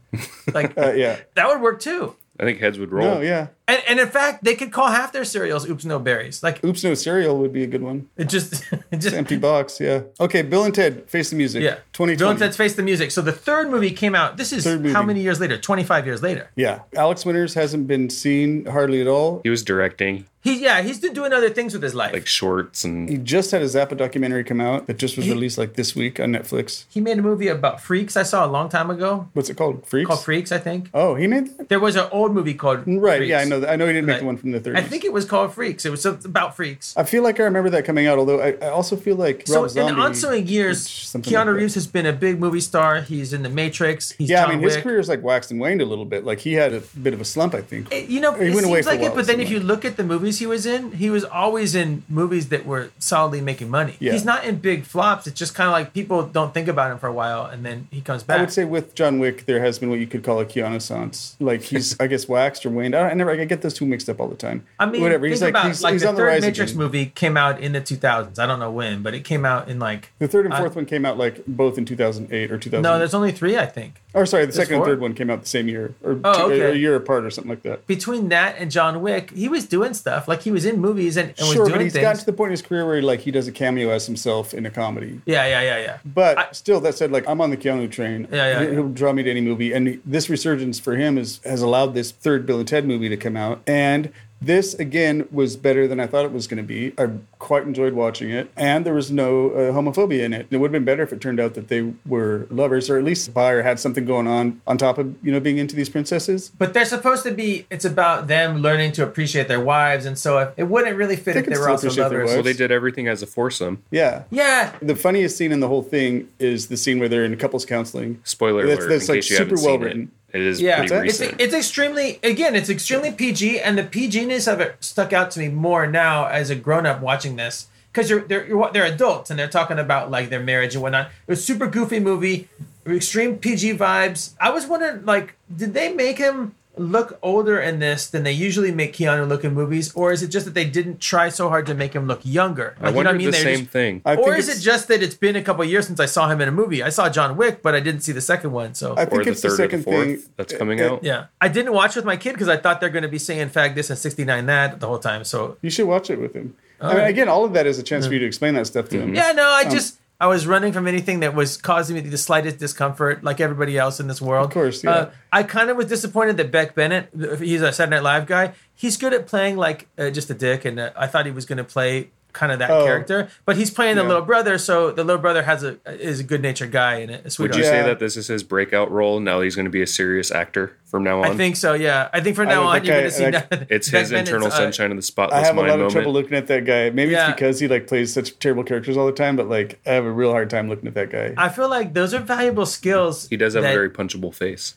Speaker 1: Like
Speaker 2: Uh, yeah.
Speaker 1: that would work too.
Speaker 3: I think heads would roll.
Speaker 2: Oh, yeah.
Speaker 1: And, and in fact, they could call half their cereals "Oops, no berries." Like
Speaker 2: Oops, no cereal would be a good one.
Speaker 1: it just, (laughs) it just
Speaker 2: Empty box. Yeah. Okay. Bill and Ted face the music.
Speaker 1: yeah.
Speaker 2: 2020.
Speaker 1: Bill and Ted's Face the Music. So the third movie came out. This is
Speaker 2: Third movie.
Speaker 1: how many years later? Twenty five years later.
Speaker 2: Yeah. Alex Winters hasn't been seen hardly at all.
Speaker 3: He was directing
Speaker 1: He yeah, he's been doing other things with his life.
Speaker 3: like shorts and
Speaker 2: He just had a Zappa documentary come out that just was released like this week on Netflix.
Speaker 1: he made a movie about freaks I saw a long time ago
Speaker 2: What's it called? Freaks.
Speaker 1: called Freaks, I think.
Speaker 2: Oh, he made that.
Speaker 1: There was an old movie called
Speaker 2: Right. Yeah, I
Speaker 1: Freaks.
Speaker 2: know know. I know he didn't make
Speaker 1: Right.
Speaker 2: the one from the 30s.
Speaker 1: I think it was called Freaks. It was some- about freaks.
Speaker 2: I feel like I remember that coming out, although I, I also feel like
Speaker 1: So
Speaker 2: Rob
Speaker 1: in
Speaker 2: Zombie.
Speaker 1: ensuing years,
Speaker 2: it's something like
Speaker 1: Keanu
Speaker 2: that.
Speaker 1: Reeves has been a big movie star. He's in The Matrix. He's
Speaker 2: yeah,
Speaker 1: John
Speaker 2: I mean, his
Speaker 1: Wick.
Speaker 2: career's like waxed and waned a little bit. Like he had a bit of a slump, I think.
Speaker 1: It- you know,
Speaker 2: He
Speaker 1: it
Speaker 2: went
Speaker 1: seems
Speaker 2: away for a
Speaker 1: like it,
Speaker 2: while,
Speaker 1: but then
Speaker 2: so
Speaker 1: if you look at the movies he was in, he was always in movies that were solidly making money.
Speaker 2: Yeah.
Speaker 1: He's not in big flops. It's just kind of like people don't think about him for a while, and then he comes back.
Speaker 2: I would say with John Wick, there has been what you could call a Keanu
Speaker 1: (laughs)
Speaker 2: Like he's, I guess, waxed or waned. I, don't, I never, I get those two mixed up all the time.
Speaker 1: I mean,
Speaker 2: whatever.
Speaker 1: Think
Speaker 2: He's like,
Speaker 1: about,
Speaker 2: he's,
Speaker 1: like
Speaker 2: he's
Speaker 1: the
Speaker 2: on the
Speaker 1: third
Speaker 2: rise
Speaker 1: Matrix
Speaker 2: again.
Speaker 1: movie came out in the 2000s. I don't know when, but it came out in like
Speaker 2: The third and
Speaker 1: I-
Speaker 2: fourth one came out like both in 2008 or 2000.
Speaker 1: uh, no, there's only three, I think.
Speaker 2: or sorry, the second and
Speaker 1: four?
Speaker 2: third one came out the same year or
Speaker 1: Oh,
Speaker 2: two- or
Speaker 1: okay.
Speaker 2: a year apart or something like that.
Speaker 1: Between that and John Wick, he was doing stuff like he was in movies and, and was
Speaker 2: Sure,
Speaker 1: doing
Speaker 2: but he's
Speaker 1: things.
Speaker 2: gotten to the point in his career where like he does a cameo as himself in a comedy.
Speaker 1: yeah, yeah, yeah, yeah.
Speaker 2: But
Speaker 1: I-
Speaker 2: still, that said, like I'm on the Keanu train.
Speaker 1: Yeah, yeah,
Speaker 2: He-
Speaker 1: yeah.
Speaker 2: He'll draw me to any movie, and this resurgence for him is has allowed this third Bill and Ted movie to come out, and this again was better than I thought it was going to be. I quite enjoyed watching it, and there was no uh, homophobia in it. It would have been better if it turned out that they were lovers, or at least the buyer had something going on on top of you know being into these princesses.
Speaker 1: But they're supposed to be. It's about them learning to appreciate their wives, and so it wouldn't really fit
Speaker 2: They
Speaker 1: if
Speaker 2: can
Speaker 1: they were
Speaker 2: still
Speaker 1: also
Speaker 2: appreciate their
Speaker 1: lovers.
Speaker 3: Well,
Speaker 2: wives.
Speaker 3: they did everything as a foursome.
Speaker 2: Yeah.
Speaker 1: Yeah,
Speaker 2: The funniest scene in the whole thing is the scene where they're in couples counseling.
Speaker 3: Spoiler
Speaker 2: That's-
Speaker 3: alert.
Speaker 2: that's,
Speaker 3: in
Speaker 2: like,
Speaker 3: case you haven't
Speaker 2: super well
Speaker 3: seen it.
Speaker 2: written.
Speaker 3: It is
Speaker 1: yeah,
Speaker 3: pretty
Speaker 1: it's,
Speaker 3: recent.
Speaker 1: it's extremely again, it's extremely PG, and the PGness of it stuck out to me more now as a grown up watching this because you're they're you're, they're adults and they're talking about like their marriage and whatnot. It was super goofy movie, extreme PG vibes. I was wondering like, did they make him? Look older in this than they usually make Keanu look in movies, or is it just that they didn't try so hard to make him look younger?
Speaker 3: I
Speaker 1: Like, you know what
Speaker 3: wondered the
Speaker 1: They were
Speaker 3: same
Speaker 1: just-
Speaker 3: thing.
Speaker 2: I
Speaker 1: or
Speaker 2: think
Speaker 1: is
Speaker 2: it's-
Speaker 1: it just that it's been a couple of years since I saw him in a movie? I saw John Wick, but I didn't see the second one. So
Speaker 2: I think
Speaker 3: or the
Speaker 2: it's the
Speaker 3: third or the
Speaker 2: second
Speaker 3: fourth
Speaker 2: thing
Speaker 3: that's
Speaker 2: uh,
Speaker 3: coming
Speaker 2: uh,
Speaker 3: out.
Speaker 1: Yeah, I didn't watch with my kid because I thought they're going to be saying "fag this" and "69 that" the whole time. So
Speaker 2: You should watch it with him. I
Speaker 1: Oh,
Speaker 2: mean, again, all of that is a chance for you to explain that stuff to him.
Speaker 1: yeah, no,
Speaker 2: Um,
Speaker 1: I just I was running from anything that was causing me the slightest discomfort, like everybody else in this world. Of
Speaker 2: course, yeah.
Speaker 1: I kind of was disappointed that Beck Bennett, th- he's a Saturday Night Live guy. He's good at playing like uh, just a dick, and uh, I thought he was going to play kind of that
Speaker 2: Oh.
Speaker 1: character, but he's playing
Speaker 2: Yeah.
Speaker 1: the little brother, so the little brother has a is a good natured guy in it. A
Speaker 3: Would
Speaker 1: sweetheart.
Speaker 3: you
Speaker 2: Yeah.
Speaker 3: say that this is his breakout role? Now he's going to be a serious actor from now on.
Speaker 1: I think so. Yeah, I think from now
Speaker 2: don't
Speaker 1: on
Speaker 2: think
Speaker 1: you're
Speaker 2: I-
Speaker 1: going to see
Speaker 2: like,
Speaker 1: that.
Speaker 3: it's
Speaker 1: Beck
Speaker 3: his
Speaker 1: Bennett's,
Speaker 3: internal
Speaker 1: uh,
Speaker 3: sunshine of the
Speaker 2: I
Speaker 3: spotless
Speaker 2: have a lot
Speaker 3: mind
Speaker 2: of
Speaker 3: moment.
Speaker 2: trouble looking at that guy. Maybe
Speaker 1: Yeah.
Speaker 2: it's because he like plays such terrible characters all the time, but like I have a real hard time looking at that guy.
Speaker 1: I feel like those are valuable skills.
Speaker 3: he does have a
Speaker 1: that-
Speaker 3: very punchable face.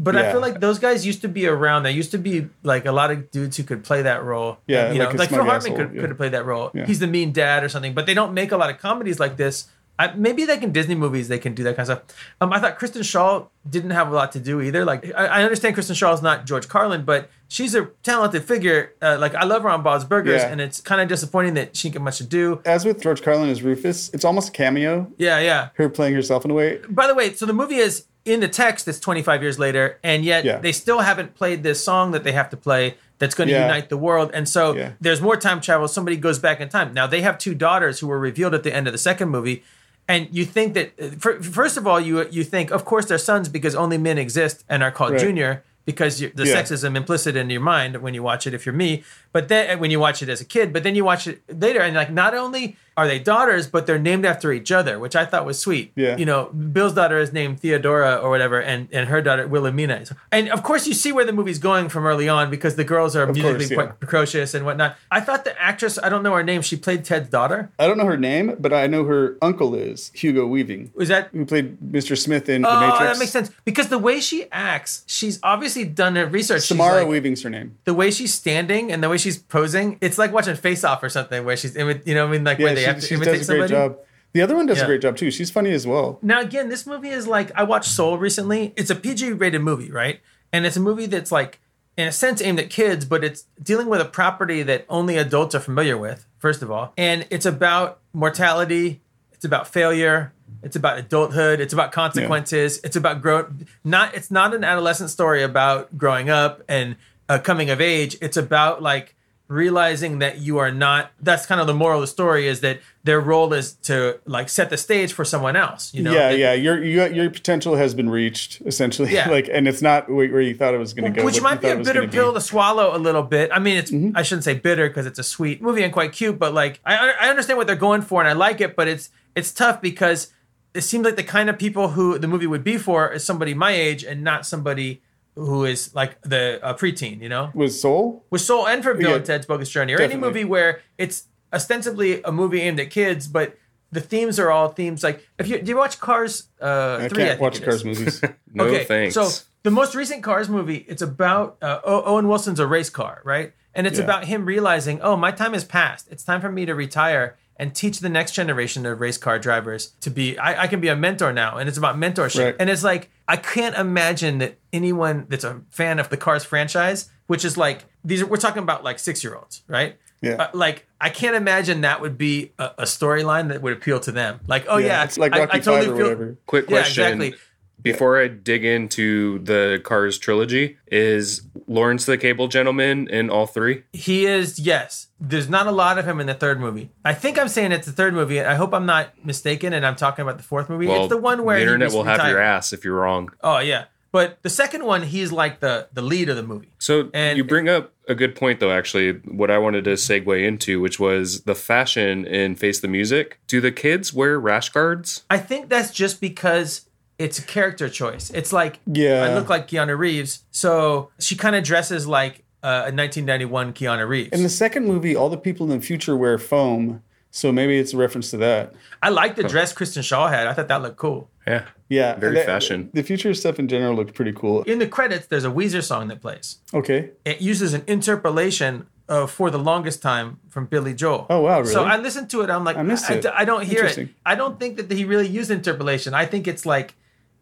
Speaker 1: But
Speaker 2: Yeah.
Speaker 1: I feel like those guys used to be around. There used to be like a lot of dudes who could play that role.
Speaker 2: Yeah,
Speaker 1: you know,
Speaker 2: like a
Speaker 1: like Phil
Speaker 2: smug
Speaker 1: Hartman
Speaker 2: asshole,
Speaker 1: could,
Speaker 2: yeah.
Speaker 1: could have played that role.
Speaker 2: Yeah.
Speaker 1: He's the mean dad or something. But they don't make a lot of comedies like this. I, maybe like in Disney movies they can do that kind of stuff. Um, I thought Kristen Shaw didn't have a lot to do either. Like I, I understand Kristen Shaw is not George Carlin, but she's a talented figure. Uh, like I love her on Bob's Burgers,
Speaker 2: Yeah.
Speaker 1: and it's kind of disappointing that she didn't get much to do.
Speaker 2: As with George Carlin as Rufus, it's almost a cameo.
Speaker 1: Yeah, yeah.
Speaker 2: Her playing herself in a way.
Speaker 1: by the way, so the movie is in the text. It's 25 years later, and yet
Speaker 2: Yeah.
Speaker 1: they still haven't played this song that they have to play. That's going to
Speaker 2: Yeah.
Speaker 1: unite the world, and so
Speaker 2: Yeah.
Speaker 1: there's more time travel. Somebody goes back in time. Now they have two daughters who were revealed at the end of the second movie, and you think that fir- first of all, you you think of course they're sons because only men exist and are called
Speaker 2: Right.
Speaker 1: junior because you the
Speaker 2: Yeah.
Speaker 1: sexism implicit in your mind when you watch it if you're me but then when you watch it as a kid but then you watch it later and like not only are they daughters but they're named after each other which i thought was sweet
Speaker 2: Yeah.
Speaker 1: you know bill's daughter is named theodora or whatever and and her daughter wilhelmina is. and of course you see where the movie's going from early on because the girls are
Speaker 2: course,
Speaker 1: musically
Speaker 2: yeah.
Speaker 1: quite precocious and whatnot i thought the actress i don't know her name she played ted's daughter
Speaker 2: I don't know her name, but I know her uncle is Hugo Weaving,
Speaker 1: was that
Speaker 2: who played Mr. Smith in The
Speaker 1: Oh,
Speaker 2: Matrix.
Speaker 1: that makes sense because the way she acts, she's obviously done her research. She's
Speaker 2: Samara
Speaker 1: like-
Speaker 2: Weaving's her name.
Speaker 1: the way she's standing and the way she's posing, it's like watching Face Off or something where she's, imi- you know, what I mean, like where
Speaker 2: Yeah,
Speaker 1: they
Speaker 2: she,
Speaker 1: have to
Speaker 2: she
Speaker 1: imitate
Speaker 2: does a great
Speaker 1: somebody.
Speaker 2: job. The other one does a
Speaker 1: Yeah.
Speaker 2: great job too. She's funny as well.
Speaker 1: Now, again, this movie is like I watched Soul recently. It's a PG-rated movie, right? And it's a movie that's like, in a sense, aimed at kids, but it's dealing with a property that only adults are familiar with. First of all, and it's about mortality. It's about failure. It's about adulthood. It's about consequences. It's about growth. Not. It's not an adolescent story about growing up and uh, coming of age. It's about like realizing that you are not that's kind of the moral of the story is that their role is to like set the stage for someone else you know
Speaker 2: yeah,
Speaker 1: That-
Speaker 2: yeah. Your, your your potential has been reached essentially.
Speaker 1: Yeah.
Speaker 2: (laughs) like, and it's not where where you thought it was going to go.
Speaker 1: which
Speaker 2: what you
Speaker 1: might be
Speaker 2: thought
Speaker 1: a
Speaker 2: it was
Speaker 1: bitter
Speaker 2: gonna be. Mm-hmm.
Speaker 1: pill to swallow a little bit i mean it's i shouldn't say bitter because it's a sweet movie and quite cute but like I, I understand what they're going for and i like it but it's it's tough because it seems like the kind of people who the movie would be for is somebody my age and not somebody who is like the uh, preteen, you know,
Speaker 2: Was Soul?
Speaker 1: with Soul and for Bill
Speaker 2: Yeah.
Speaker 1: and Ted's Bogus Journey, or any
Speaker 2: Definitely.
Speaker 1: movie where it's ostensibly a movie aimed at kids, but the themes are all themes like if you do you watch Cars uh,
Speaker 2: I
Speaker 1: three? I think
Speaker 2: can't watch
Speaker 1: it is.
Speaker 2: Cars movies.
Speaker 1: (laughs)
Speaker 3: No thanks.
Speaker 1: So the most recent Cars movie, it's about uh, O- Owen Wilson's a race car, right? And it's
Speaker 2: Yeah.
Speaker 1: about him realizing, oh, my time is past. It's time for me to retire and teach the next generation of race car drivers to be. I, I can be a mentor now, and it's about mentorship.
Speaker 2: Right.
Speaker 1: And it's like I can't imagine that anyone that's a fan of the Cars franchise, which is like these, are, we're talking about like six year olds, right?
Speaker 2: Yeah.
Speaker 1: Uh, like I can't imagine that would be a, a storyline that would appeal to them. Like, oh yeah,
Speaker 2: it's like
Speaker 1: I-
Speaker 2: Rocky
Speaker 1: I,
Speaker 2: Five
Speaker 1: totally
Speaker 2: or
Speaker 1: feel-
Speaker 2: whatever.
Speaker 3: Quick
Speaker 1: Yeah,
Speaker 3: question.
Speaker 1: exactly.
Speaker 3: Before I dig into the Cars trilogy, is Lawrence the Cable Gentleman in all three?
Speaker 1: He is, yes. There's not a lot of him in the third movie. I think I'm saying it's the third movie. I hope I'm not mistaken and I'm talking about the fourth movie.
Speaker 3: Well,
Speaker 1: it's the one where he
Speaker 3: the internet
Speaker 1: was
Speaker 3: will have your
Speaker 1: retired.
Speaker 3: ass if you're wrong.
Speaker 1: Oh yeah. But the second one, he's like the the lead of the movie.
Speaker 3: So
Speaker 1: And-
Speaker 3: you bring up a good point, though. Actually, what I wanted to segue into, which was the fashion in Face the Music. Do the kids wear rash guards?
Speaker 1: I think that's just because it's a character choice. It's like
Speaker 2: Yeah.
Speaker 1: I look like Keanu Reeves, so she kind of dresses like uh, a 1991 Keanu Reeves.
Speaker 2: In the second movie, all the people in the future wear foam, so maybe it's a reference to that.
Speaker 1: I like the dress Kristen Shaw had. I thought that looked cool.
Speaker 3: Yeah.
Speaker 2: Yeah,
Speaker 3: Very
Speaker 2: that-
Speaker 3: fashion.
Speaker 2: The future stuff in general looked pretty cool.
Speaker 1: In the credits, there's a Weezer song that plays.
Speaker 2: Okay,
Speaker 1: it uses an interpolation of for the longest time from Billy Joel.
Speaker 2: Oh, wow, really?
Speaker 1: So I listened to it. I'm like, I,
Speaker 2: missed
Speaker 1: I
Speaker 2: it.
Speaker 1: d- I don't hear it.
Speaker 2: Interesting.
Speaker 1: I don't think that he really used interpolation. I think it's like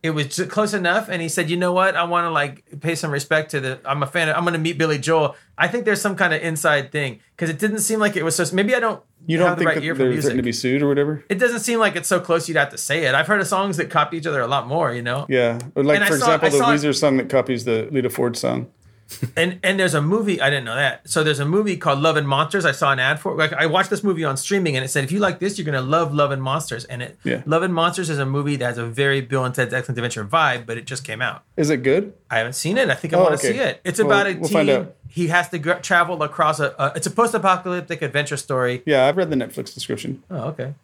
Speaker 1: it was ju- close enough, and he said, you know what? I want to like pay some respect to the. I'm a fan. Of, I'm going to meet Billy Joel. I think there's some kind of inside thing because it didn't seem like it was so. Maybe I don't.
Speaker 2: you don't
Speaker 1: have
Speaker 2: think
Speaker 1: the right
Speaker 2: that
Speaker 1: ear for
Speaker 2: they're threatened to
Speaker 1: music.
Speaker 2: be sued or whatever?
Speaker 1: it doesn't seem like it's so close you'd have to say it. I've heard of songs that copy each other a lot more, you know?
Speaker 2: Yeah, or like
Speaker 1: And I
Speaker 2: for
Speaker 1: saw-
Speaker 2: example,
Speaker 1: I
Speaker 2: the
Speaker 1: saw-
Speaker 2: Weezer song that copies the Lita Ford song.
Speaker 1: and and there's a movie I didn't know that. So there's a movie called Love and Monsters. I saw an ad for it. Like I watched this movie on streaming, and it said if you like this, you're gonna love Love and Monsters. And it
Speaker 2: Yeah.
Speaker 1: Love and Monsters is a movie that has a very Bill and Ted's Excellent Adventure vibe, but it just came out.
Speaker 2: Is it good?
Speaker 1: I haven't seen it. I think I
Speaker 2: Oh,
Speaker 1: want to
Speaker 2: okay.
Speaker 1: see it. It's
Speaker 2: Well,
Speaker 1: about a
Speaker 2: we'll find
Speaker 1: teen.
Speaker 2: out.
Speaker 1: He has to gr travel across a, a. It's a post-apocalyptic adventure story.
Speaker 2: Yeah, I've read the Netflix description. (laughs)
Speaker 1: Oh, okay.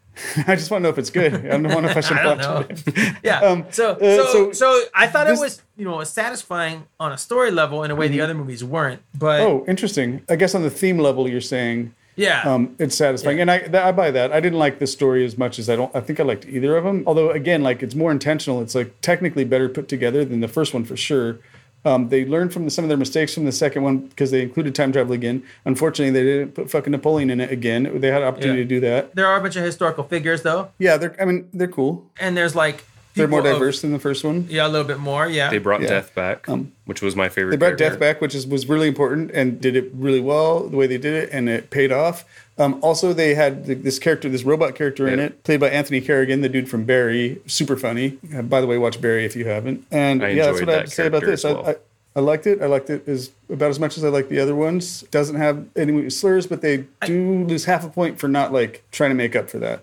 Speaker 2: I just want to know if it's good. I don't know if I
Speaker 1: (laughs)
Speaker 2: should
Speaker 1: I don't know.
Speaker 2: watch it.
Speaker 1: (laughs) yeah.
Speaker 2: Um,
Speaker 1: so,
Speaker 2: uh,
Speaker 1: so,
Speaker 2: so
Speaker 1: so, I thought
Speaker 2: this- Mm-hmm.
Speaker 1: it was, you know, satisfying on a story level in a way the other movies weren't. But
Speaker 2: Oh, interesting. I guess on the theme level, you're saying
Speaker 1: yeah,
Speaker 2: um, it's satisfying, and I, th- I buy that. I didn't like this story as much as I don't. I think I liked either of them. Although again, like it's more intentional. It's like technically better put together than the first one for sure. Um, they learned from the, some of their mistakes from the second one because they included time travel again. Unfortunately, they didn't put fucking Napoleon in it again. They had an opportunity
Speaker 1: Yeah.
Speaker 2: to do that.
Speaker 1: there are a bunch of historical figures though.
Speaker 2: Yeah, they're. I mean, they're cool.
Speaker 1: and there's like
Speaker 2: They're more
Speaker 1: people of-
Speaker 2: diverse than the first one.
Speaker 1: yeah, a little bit more. Yeah,
Speaker 3: They brought
Speaker 2: Yeah. Um,
Speaker 3: Death back, which was my favorite.
Speaker 2: They brought
Speaker 3: character.
Speaker 2: Death back, which is was really important and did it really well the way they did it, and it paid off. Um, also, they had th- this character, this robot character in
Speaker 3: Yeah.
Speaker 2: it, played by Anthony Kerrigan, the dude from Barry. Super funny. Uh, by the way, watch Barry if you haven't. And
Speaker 3: I
Speaker 2: yeah, that's
Speaker 3: enjoyed
Speaker 2: what I
Speaker 3: that
Speaker 2: have to say about
Speaker 3: character
Speaker 2: this.
Speaker 3: as
Speaker 2: I-
Speaker 3: well.
Speaker 2: I, I liked it. I liked it as about as much as I like the other ones. Doesn't have any slurs, but they do lose half a point for not like trying to make up for that.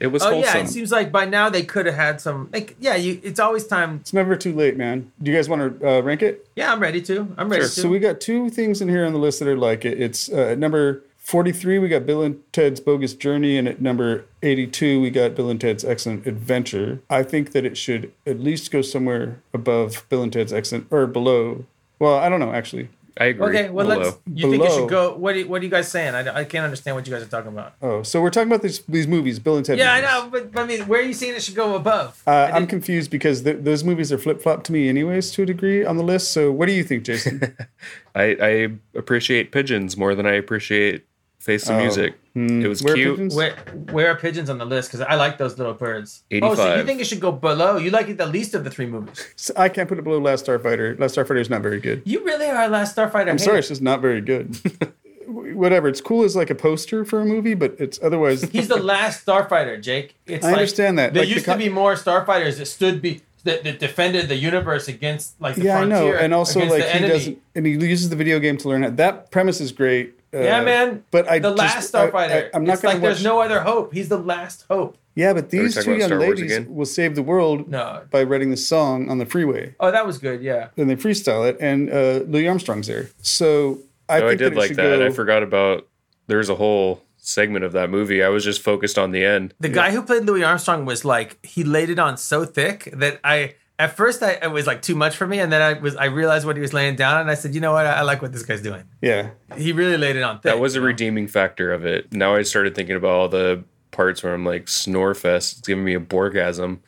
Speaker 3: It was
Speaker 1: Oh
Speaker 3: wholesome.
Speaker 1: yeah, it seems like by now they could have had some. Like yeah, you, it's always time.
Speaker 2: It's never too late, man. Do you guys want to uh, rank it?
Speaker 1: Yeah, I'm ready to. I'm ready to.
Speaker 2: So we got two things in here on the list that are like it. It's uh, at number 43, we got Bill and Ted's Bogus Journey, and at number 82, we got Bill and Ted's Excellent Adventure. I think that it should at least go somewhere above Bill and Ted's Excellent or below. Well, I don't know actually.
Speaker 3: I agree.
Speaker 1: okay, well
Speaker 3: Below.
Speaker 1: let's. You think it
Speaker 2: Below.
Speaker 1: should go? What are, what are you guys saying? I, I can't understand what you guys are talking about.
Speaker 2: Oh, so we're talking about these these movies, Bill and Ted.
Speaker 1: Yeah, I
Speaker 2: movies.
Speaker 1: know, but, but I mean, where are you saying it should go above?
Speaker 2: Uh,
Speaker 1: I
Speaker 2: I'm
Speaker 1: didn't-
Speaker 2: confused because th- those movies are flip flop to me, anyways, to a degree on the list. So, what do you think, Jason?
Speaker 3: I, I appreciate pigeons more than I appreciate face the music. It was
Speaker 2: Oh, hmm. Where
Speaker 3: cute.
Speaker 2: pigeons?
Speaker 1: where where are pigeons on the list? Because I like those little birds. Oh, so you
Speaker 3: 85.
Speaker 1: think it should go below? You like it the least of the three movies.
Speaker 2: So I can't put it below Last Starfighter. Last Starfighter is not very good.
Speaker 1: You really are a last Starfighter.
Speaker 2: I'm sorry, it's just not very good. (laughs) Whatever. It's cool as like a poster for a movie, but it's otherwise.
Speaker 1: (laughs) He's the last starfighter, Jake. It's
Speaker 2: I understand that.
Speaker 1: There
Speaker 2: Like, the
Speaker 1: used
Speaker 2: co-
Speaker 1: to be more starfighters that stood be that, that defended the universe against like the
Speaker 2: (laughs) yeah, I
Speaker 1: frontier.
Speaker 2: know, and also
Speaker 1: against
Speaker 2: like
Speaker 1: the
Speaker 2: he
Speaker 1: enemy.
Speaker 2: doesn't, and he uses the video game to learn how. That premise is great. Uh,
Speaker 1: Yeah, man.
Speaker 2: But I
Speaker 1: the
Speaker 2: just-
Speaker 1: last
Speaker 2: I- I-
Speaker 1: starfighter.
Speaker 2: I'm not
Speaker 1: it's
Speaker 2: gonna
Speaker 1: like
Speaker 2: watch-
Speaker 1: there's no other hope. He's the last hope.
Speaker 2: Yeah, but these
Speaker 3: talking
Speaker 2: two
Speaker 3: about
Speaker 2: young
Speaker 3: Star Wars
Speaker 2: ladies
Speaker 3: again?
Speaker 2: will save the world
Speaker 1: No.
Speaker 2: by writing the song on the freeway.
Speaker 1: Oh, that was good. Yeah.
Speaker 2: Then they freestyle it, and uh, Louis Armstrong's there. So I
Speaker 3: Oh,
Speaker 2: think
Speaker 3: I did
Speaker 2: that it
Speaker 3: like
Speaker 2: should
Speaker 3: that.
Speaker 2: Go,
Speaker 3: I forgot about there's a whole segment of that movie. I was just focused on the end.
Speaker 1: The guy who played Louis Armstrong was like he laid it on so thick that I At first, I it was like too much for me, and then I was I realized what he was laying down, and I said, you know what, I, I like what this guy's doing.
Speaker 2: Yeah. (laughs)
Speaker 1: He really laid it on thick.
Speaker 3: That was a redeeming factor of it. Now I started thinking about all the parts where I'm like snorefest. It's giving me a borgasm.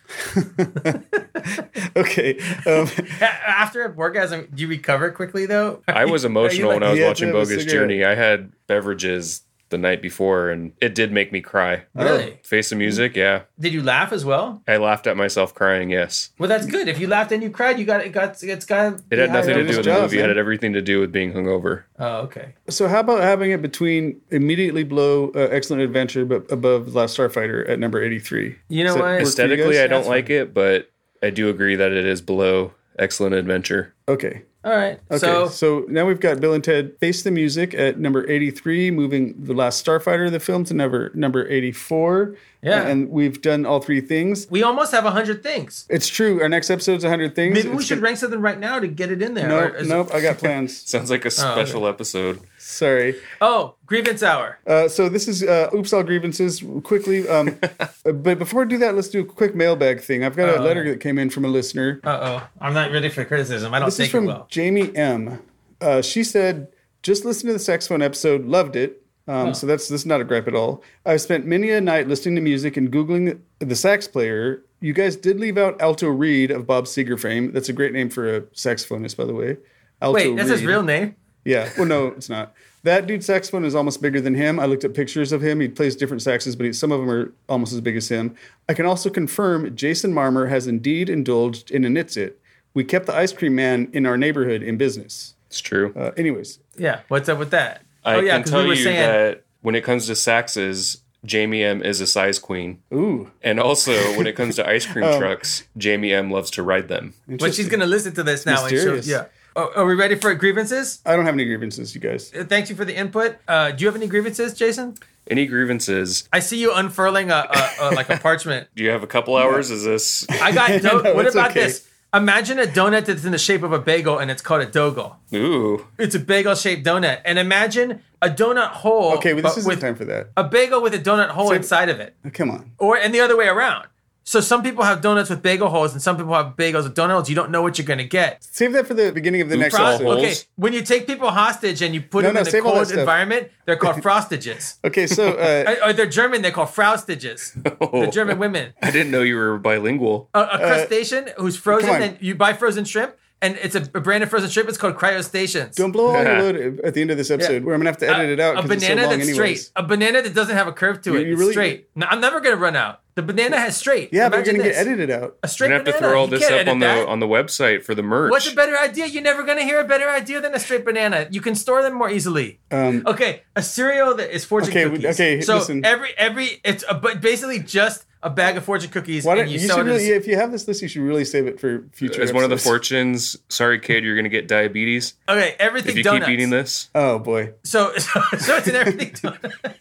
Speaker 2: Okay. Um,
Speaker 1: A- (laughs) after an orgasm. Do you recover quickly though?
Speaker 2: (laughs)
Speaker 3: I was emotional when I was
Speaker 2: Yeah,
Speaker 3: watching
Speaker 2: to have a
Speaker 3: Bogus
Speaker 2: cigarette.
Speaker 3: Journey. I had beverages the night before, and it did make me cry.
Speaker 2: Uh,
Speaker 1: Really?
Speaker 3: Face of Music, yeah.
Speaker 1: Did you laugh as well?
Speaker 3: I laughed at myself crying. Yes,
Speaker 1: Well, that's good. If you laughed and you cried, you got it. Got it's got.
Speaker 3: it had nothing to
Speaker 2: that was
Speaker 3: do with the
Speaker 2: tough,
Speaker 3: movie. It
Speaker 2: man.
Speaker 3: had everything to do with being hungover.
Speaker 1: Oh, okay.
Speaker 2: so how about having it between immediately below uh, Excellent Adventure, but above Last Starfighter at number eighty-three?
Speaker 1: You know
Speaker 2: So-
Speaker 1: what?
Speaker 2: Work for you
Speaker 3: Aesthetically,
Speaker 2: guys?
Speaker 3: I don't
Speaker 1: That's
Speaker 3: like it, but I do agree that it is below Excellent Adventure. (laughs)
Speaker 2: Okay.
Speaker 1: All right.
Speaker 2: Okay. So,
Speaker 1: So,
Speaker 2: now we've got Bill and Ted Face the Music at number 83, moving The Last Starfighter, the film, to number number 84.
Speaker 1: Yeah.
Speaker 2: And we've done all three things.
Speaker 1: we almost have hundred things.
Speaker 2: It's true. Our next episode's 100 Things.
Speaker 1: Maybe we
Speaker 2: It's
Speaker 1: should
Speaker 2: gonna-
Speaker 1: rank something right now to get it in there.
Speaker 2: Nope,
Speaker 1: Or is-
Speaker 2: nope. I
Speaker 1: (laughs)
Speaker 2: got plans.
Speaker 3: Sounds like a special episode.
Speaker 2: Sorry.
Speaker 1: Oh, grievance hour.
Speaker 2: Uh, so this is uh, oops all grievances quickly.
Speaker 1: (laughs)
Speaker 2: Um, but before I do that, let's do a quick mailbag thing. I've
Speaker 1: Oh.
Speaker 2: got a letter that came in from a listener.
Speaker 1: Uh oh, I'm not ready for criticism. I don't
Speaker 2: This is
Speaker 1: think it
Speaker 2: from
Speaker 1: well.
Speaker 2: Jamie M. Uh, she said, "Just listen to the saxophone episode. Loved it." Um, So that's this is not a gripe at all. I've spent many a night listening to music and googling the sax player. You guys did leave out Alto Reed of Bob Seger fame. That's a great name for a saxophonist, by the way. Alto
Speaker 1: Wait, that's his
Speaker 2: Reed.
Speaker 1: real name.
Speaker 2: Yeah. Well, no, it's not. That dude's saxophone is almost bigger than him. I looked at pictures of him. He plays different saxes, but he, some of them are almost as big as him. I can also confirm Jason Marmer has indeed indulged in a nitzit. We kept the ice cream man in our neighborhood in business.
Speaker 3: It's true.
Speaker 2: Uh, anyways,
Speaker 1: Yeah. What's up with that?
Speaker 3: I
Speaker 1: oh yeah,
Speaker 3: can
Speaker 1: because
Speaker 3: tell
Speaker 1: we were
Speaker 3: you
Speaker 1: saying
Speaker 3: that when it comes to saxes, Jamie M is a size queen.
Speaker 2: ooh,
Speaker 3: And also, when it comes to
Speaker 1: (laughs)
Speaker 3: ice cream
Speaker 1: Um,
Speaker 3: trucks, Jamie M loves to ride them.
Speaker 1: but she's gonna listen to this now. And
Speaker 2: mysterious.
Speaker 1: she'll, yeah. Oh, are we ready for grievances?
Speaker 2: I don't have any grievances, you guys.
Speaker 1: Uh, Thank you for the input. Uh, do you have any grievances, Jason?
Speaker 3: Any grievances?
Speaker 1: I see you unfurling a, a, a like
Speaker 3: (laughs)
Speaker 1: a parchment.
Speaker 3: Do you have a couple hours? Is this
Speaker 1: I got. Do-
Speaker 2: (laughs) No,
Speaker 1: what
Speaker 2: it's
Speaker 1: about
Speaker 2: okay.
Speaker 1: this? Imagine a donut that's in the shape of a bagel, and it's called a dogo.
Speaker 3: ooh?
Speaker 1: It's a bagel-shaped donut, and imagine a donut hole.
Speaker 2: Okay, well, this
Speaker 1: but
Speaker 2: isn't
Speaker 1: with
Speaker 2: time for that.
Speaker 1: a
Speaker 2: Uh,
Speaker 1: bagel with a donut hole inside of it,
Speaker 2: Come on.
Speaker 1: or and the other way around. So some people have donuts with bagel holes, and some people have bagels with donut holes. You don't know what you're gonna get.
Speaker 2: Save that for the beginning of the next
Speaker 3: all
Speaker 1: Frost-
Speaker 2: episode.
Speaker 3: holes.
Speaker 1: okay, when you take people hostage and you put
Speaker 2: No,
Speaker 1: them
Speaker 2: no,
Speaker 1: in a
Speaker 2: save all that
Speaker 1: cold
Speaker 2: stuff.
Speaker 1: environment, they're
Speaker 2: (laughs)
Speaker 1: called frostages.
Speaker 2: Okay, so
Speaker 1: (laughs)
Speaker 2: uh,
Speaker 1: Or they're German, they're called
Speaker 2: (laughs)
Speaker 1: fraustages.
Speaker 2: Oh.
Speaker 1: They're German women.
Speaker 3: I didn't know you were bilingual.
Speaker 1: a, a crustacean who's frozen
Speaker 2: Uh, come on.
Speaker 1: and you buy frozen shrimp and it's a, a brand of frozen shrimp it's called cryostations
Speaker 2: don't blow all your load at the end of this episode, where I'm gonna have to edit it out
Speaker 1: a
Speaker 2: because
Speaker 1: banana
Speaker 2: it's so long,
Speaker 1: that's
Speaker 2: anyways.
Speaker 1: straight a banana that doesn't have a curve to it
Speaker 2: you
Speaker 1: it's
Speaker 2: really-
Speaker 1: straight no, i'm never gonna run out the banana has straight
Speaker 2: Yeah, but
Speaker 1: Imagine
Speaker 2: you're gonna
Speaker 1: this.
Speaker 2: get edited out.
Speaker 1: a straight
Speaker 3: You're gonna have to
Speaker 1: banana
Speaker 3: throw all
Speaker 1: You
Speaker 3: this
Speaker 1: can't
Speaker 3: up
Speaker 1: edit
Speaker 3: on the
Speaker 1: that.
Speaker 3: on the website for the merch.
Speaker 1: what's a better idea you're never gonna hear a better idea than a straight banana you can store them more easily
Speaker 2: Um,
Speaker 1: okay a cereal that is fortune
Speaker 2: Okay,
Speaker 1: cookies
Speaker 2: okay,
Speaker 1: so
Speaker 2: listen.
Speaker 1: every every it's a, but basically just a bag of fortune cookies
Speaker 2: Why don't
Speaker 1: and
Speaker 2: you,
Speaker 1: you,
Speaker 2: should
Speaker 1: sell it as-
Speaker 2: really, if you have this list, you should really save it for future.
Speaker 3: As one of the
Speaker 2: episodes.
Speaker 3: fortunes, sorry kid, you're gonna get diabetes
Speaker 1: okay everything
Speaker 3: if you
Speaker 1: donuts
Speaker 3: keep eating this. (laughs)
Speaker 2: Oh boy, (laughs)
Speaker 1: so (laughs) so, so it's an everything (laughs) donut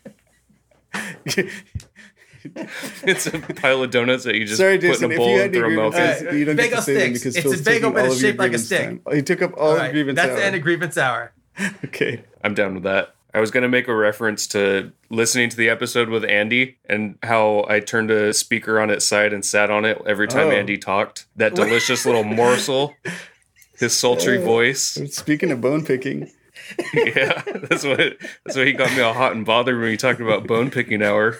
Speaker 3: It's a pile of donuts that you just
Speaker 2: sorry,
Speaker 3: put
Speaker 2: Jason.
Speaker 3: in a
Speaker 2: If
Speaker 3: bowl
Speaker 2: you
Speaker 3: and
Speaker 2: had any
Speaker 3: throw milk in.
Speaker 2: grievances,
Speaker 1: in.
Speaker 2: you don't get
Speaker 1: Bagel
Speaker 2: to say them
Speaker 1: sticks.
Speaker 2: because
Speaker 1: It's
Speaker 2: Phil's
Speaker 1: a bagel,
Speaker 2: taking
Speaker 1: but
Speaker 2: all
Speaker 1: it's
Speaker 2: of your
Speaker 1: shaped like a
Speaker 2: grievance
Speaker 1: stick.
Speaker 2: time. He took up all the
Speaker 1: Right,
Speaker 2: grievance
Speaker 1: That's
Speaker 2: hour.
Speaker 1: the end of grievance hour.
Speaker 2: okay.
Speaker 3: I'm down with that. I was going to make a reference to listening to the episode with Andy and how I turned a speaker on its side and sat on it every time
Speaker 2: Oh.
Speaker 3: Andy talked. That delicious little morsel, his sultry voice. (laughs)
Speaker 2: Speaking of bone picking,
Speaker 3: Yeah, that's what that's what he got me all hot and bothered when he talked about bone picking hour.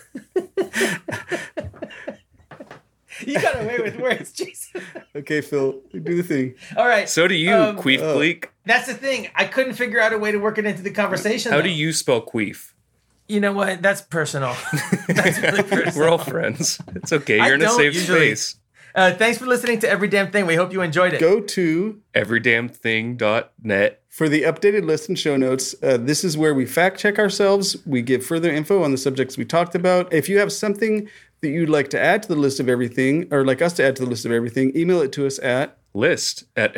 Speaker 1: You got away with words, (laughs) Jason.
Speaker 2: okay, Phil, do the thing.
Speaker 1: All right.
Speaker 3: So do you,
Speaker 1: Um,
Speaker 3: Queef Bleak.
Speaker 1: that's the thing. I couldn't figure out a way to work it into the conversation.
Speaker 3: How
Speaker 1: though.
Speaker 3: do you spell Queef?
Speaker 1: You know what? That's
Speaker 2: (laughs)
Speaker 1: personal. (laughs) that's really personal.
Speaker 3: We're all friends. It's okay. You're in a
Speaker 1: don't
Speaker 3: safe
Speaker 1: usually.
Speaker 3: space.
Speaker 1: Uh, thanks for listening to Every Damn Thing. We hope you enjoyed it.
Speaker 2: Go to
Speaker 3: Everydamnthing.net.
Speaker 2: for the updated list and show notes. Uh, this is where we fact check ourselves. We give further info on the subjects we talked about. If you have something that you'd like to add to the list of everything, or like us to add to the list of everything, email it to us at
Speaker 3: List at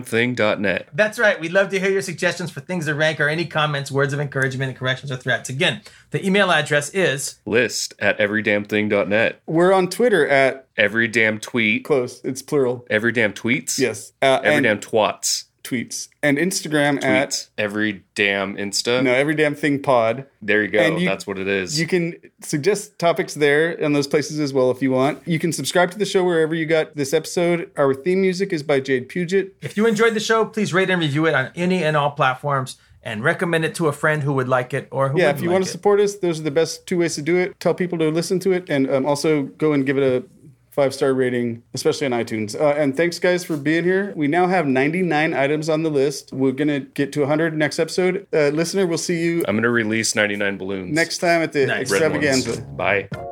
Speaker 3: everydamnthing.net.
Speaker 1: That's right. We'd love to hear your suggestions for things to rank or any comments, words of encouragement, and corrections or threats. Again, the email address is
Speaker 3: List at everydamnthing.net.
Speaker 2: We're on Twitter at
Speaker 3: Every damn tweet.
Speaker 2: close. It's plural.
Speaker 3: Every damn tweets.
Speaker 2: Yes. Uh,
Speaker 3: Every
Speaker 2: and
Speaker 3: damn twats.
Speaker 2: tweets and Instagram at
Speaker 3: Every damn Insta.
Speaker 2: no every damn thing pod.
Speaker 3: There you go.
Speaker 2: And you-
Speaker 3: That's what it is.
Speaker 2: You can suggest topics there and those places as well if you want. You can subscribe to the show wherever you got this episode. Our theme music is by Jade Puget.
Speaker 1: If you enjoyed the show, please rate and review it on any and all platforms and recommend it to a friend who would like it or who
Speaker 2: Yeah,
Speaker 1: wouldn't
Speaker 2: if you
Speaker 1: like
Speaker 2: want
Speaker 1: it.
Speaker 2: to support us, those are the best two ways to do it. Tell people to listen to it and um, also go and give it a five star rating, especially on iTunes. Uh, and thanks, guys, for being here. We now have 99 items on the list. We're going to get to 100 next episode. Uh, listener, we'll see you
Speaker 3: I'm going to release 99 balloons.
Speaker 2: next time at the
Speaker 1: Nice.
Speaker 3: Red ones.
Speaker 2: extravaganza.
Speaker 3: Bye.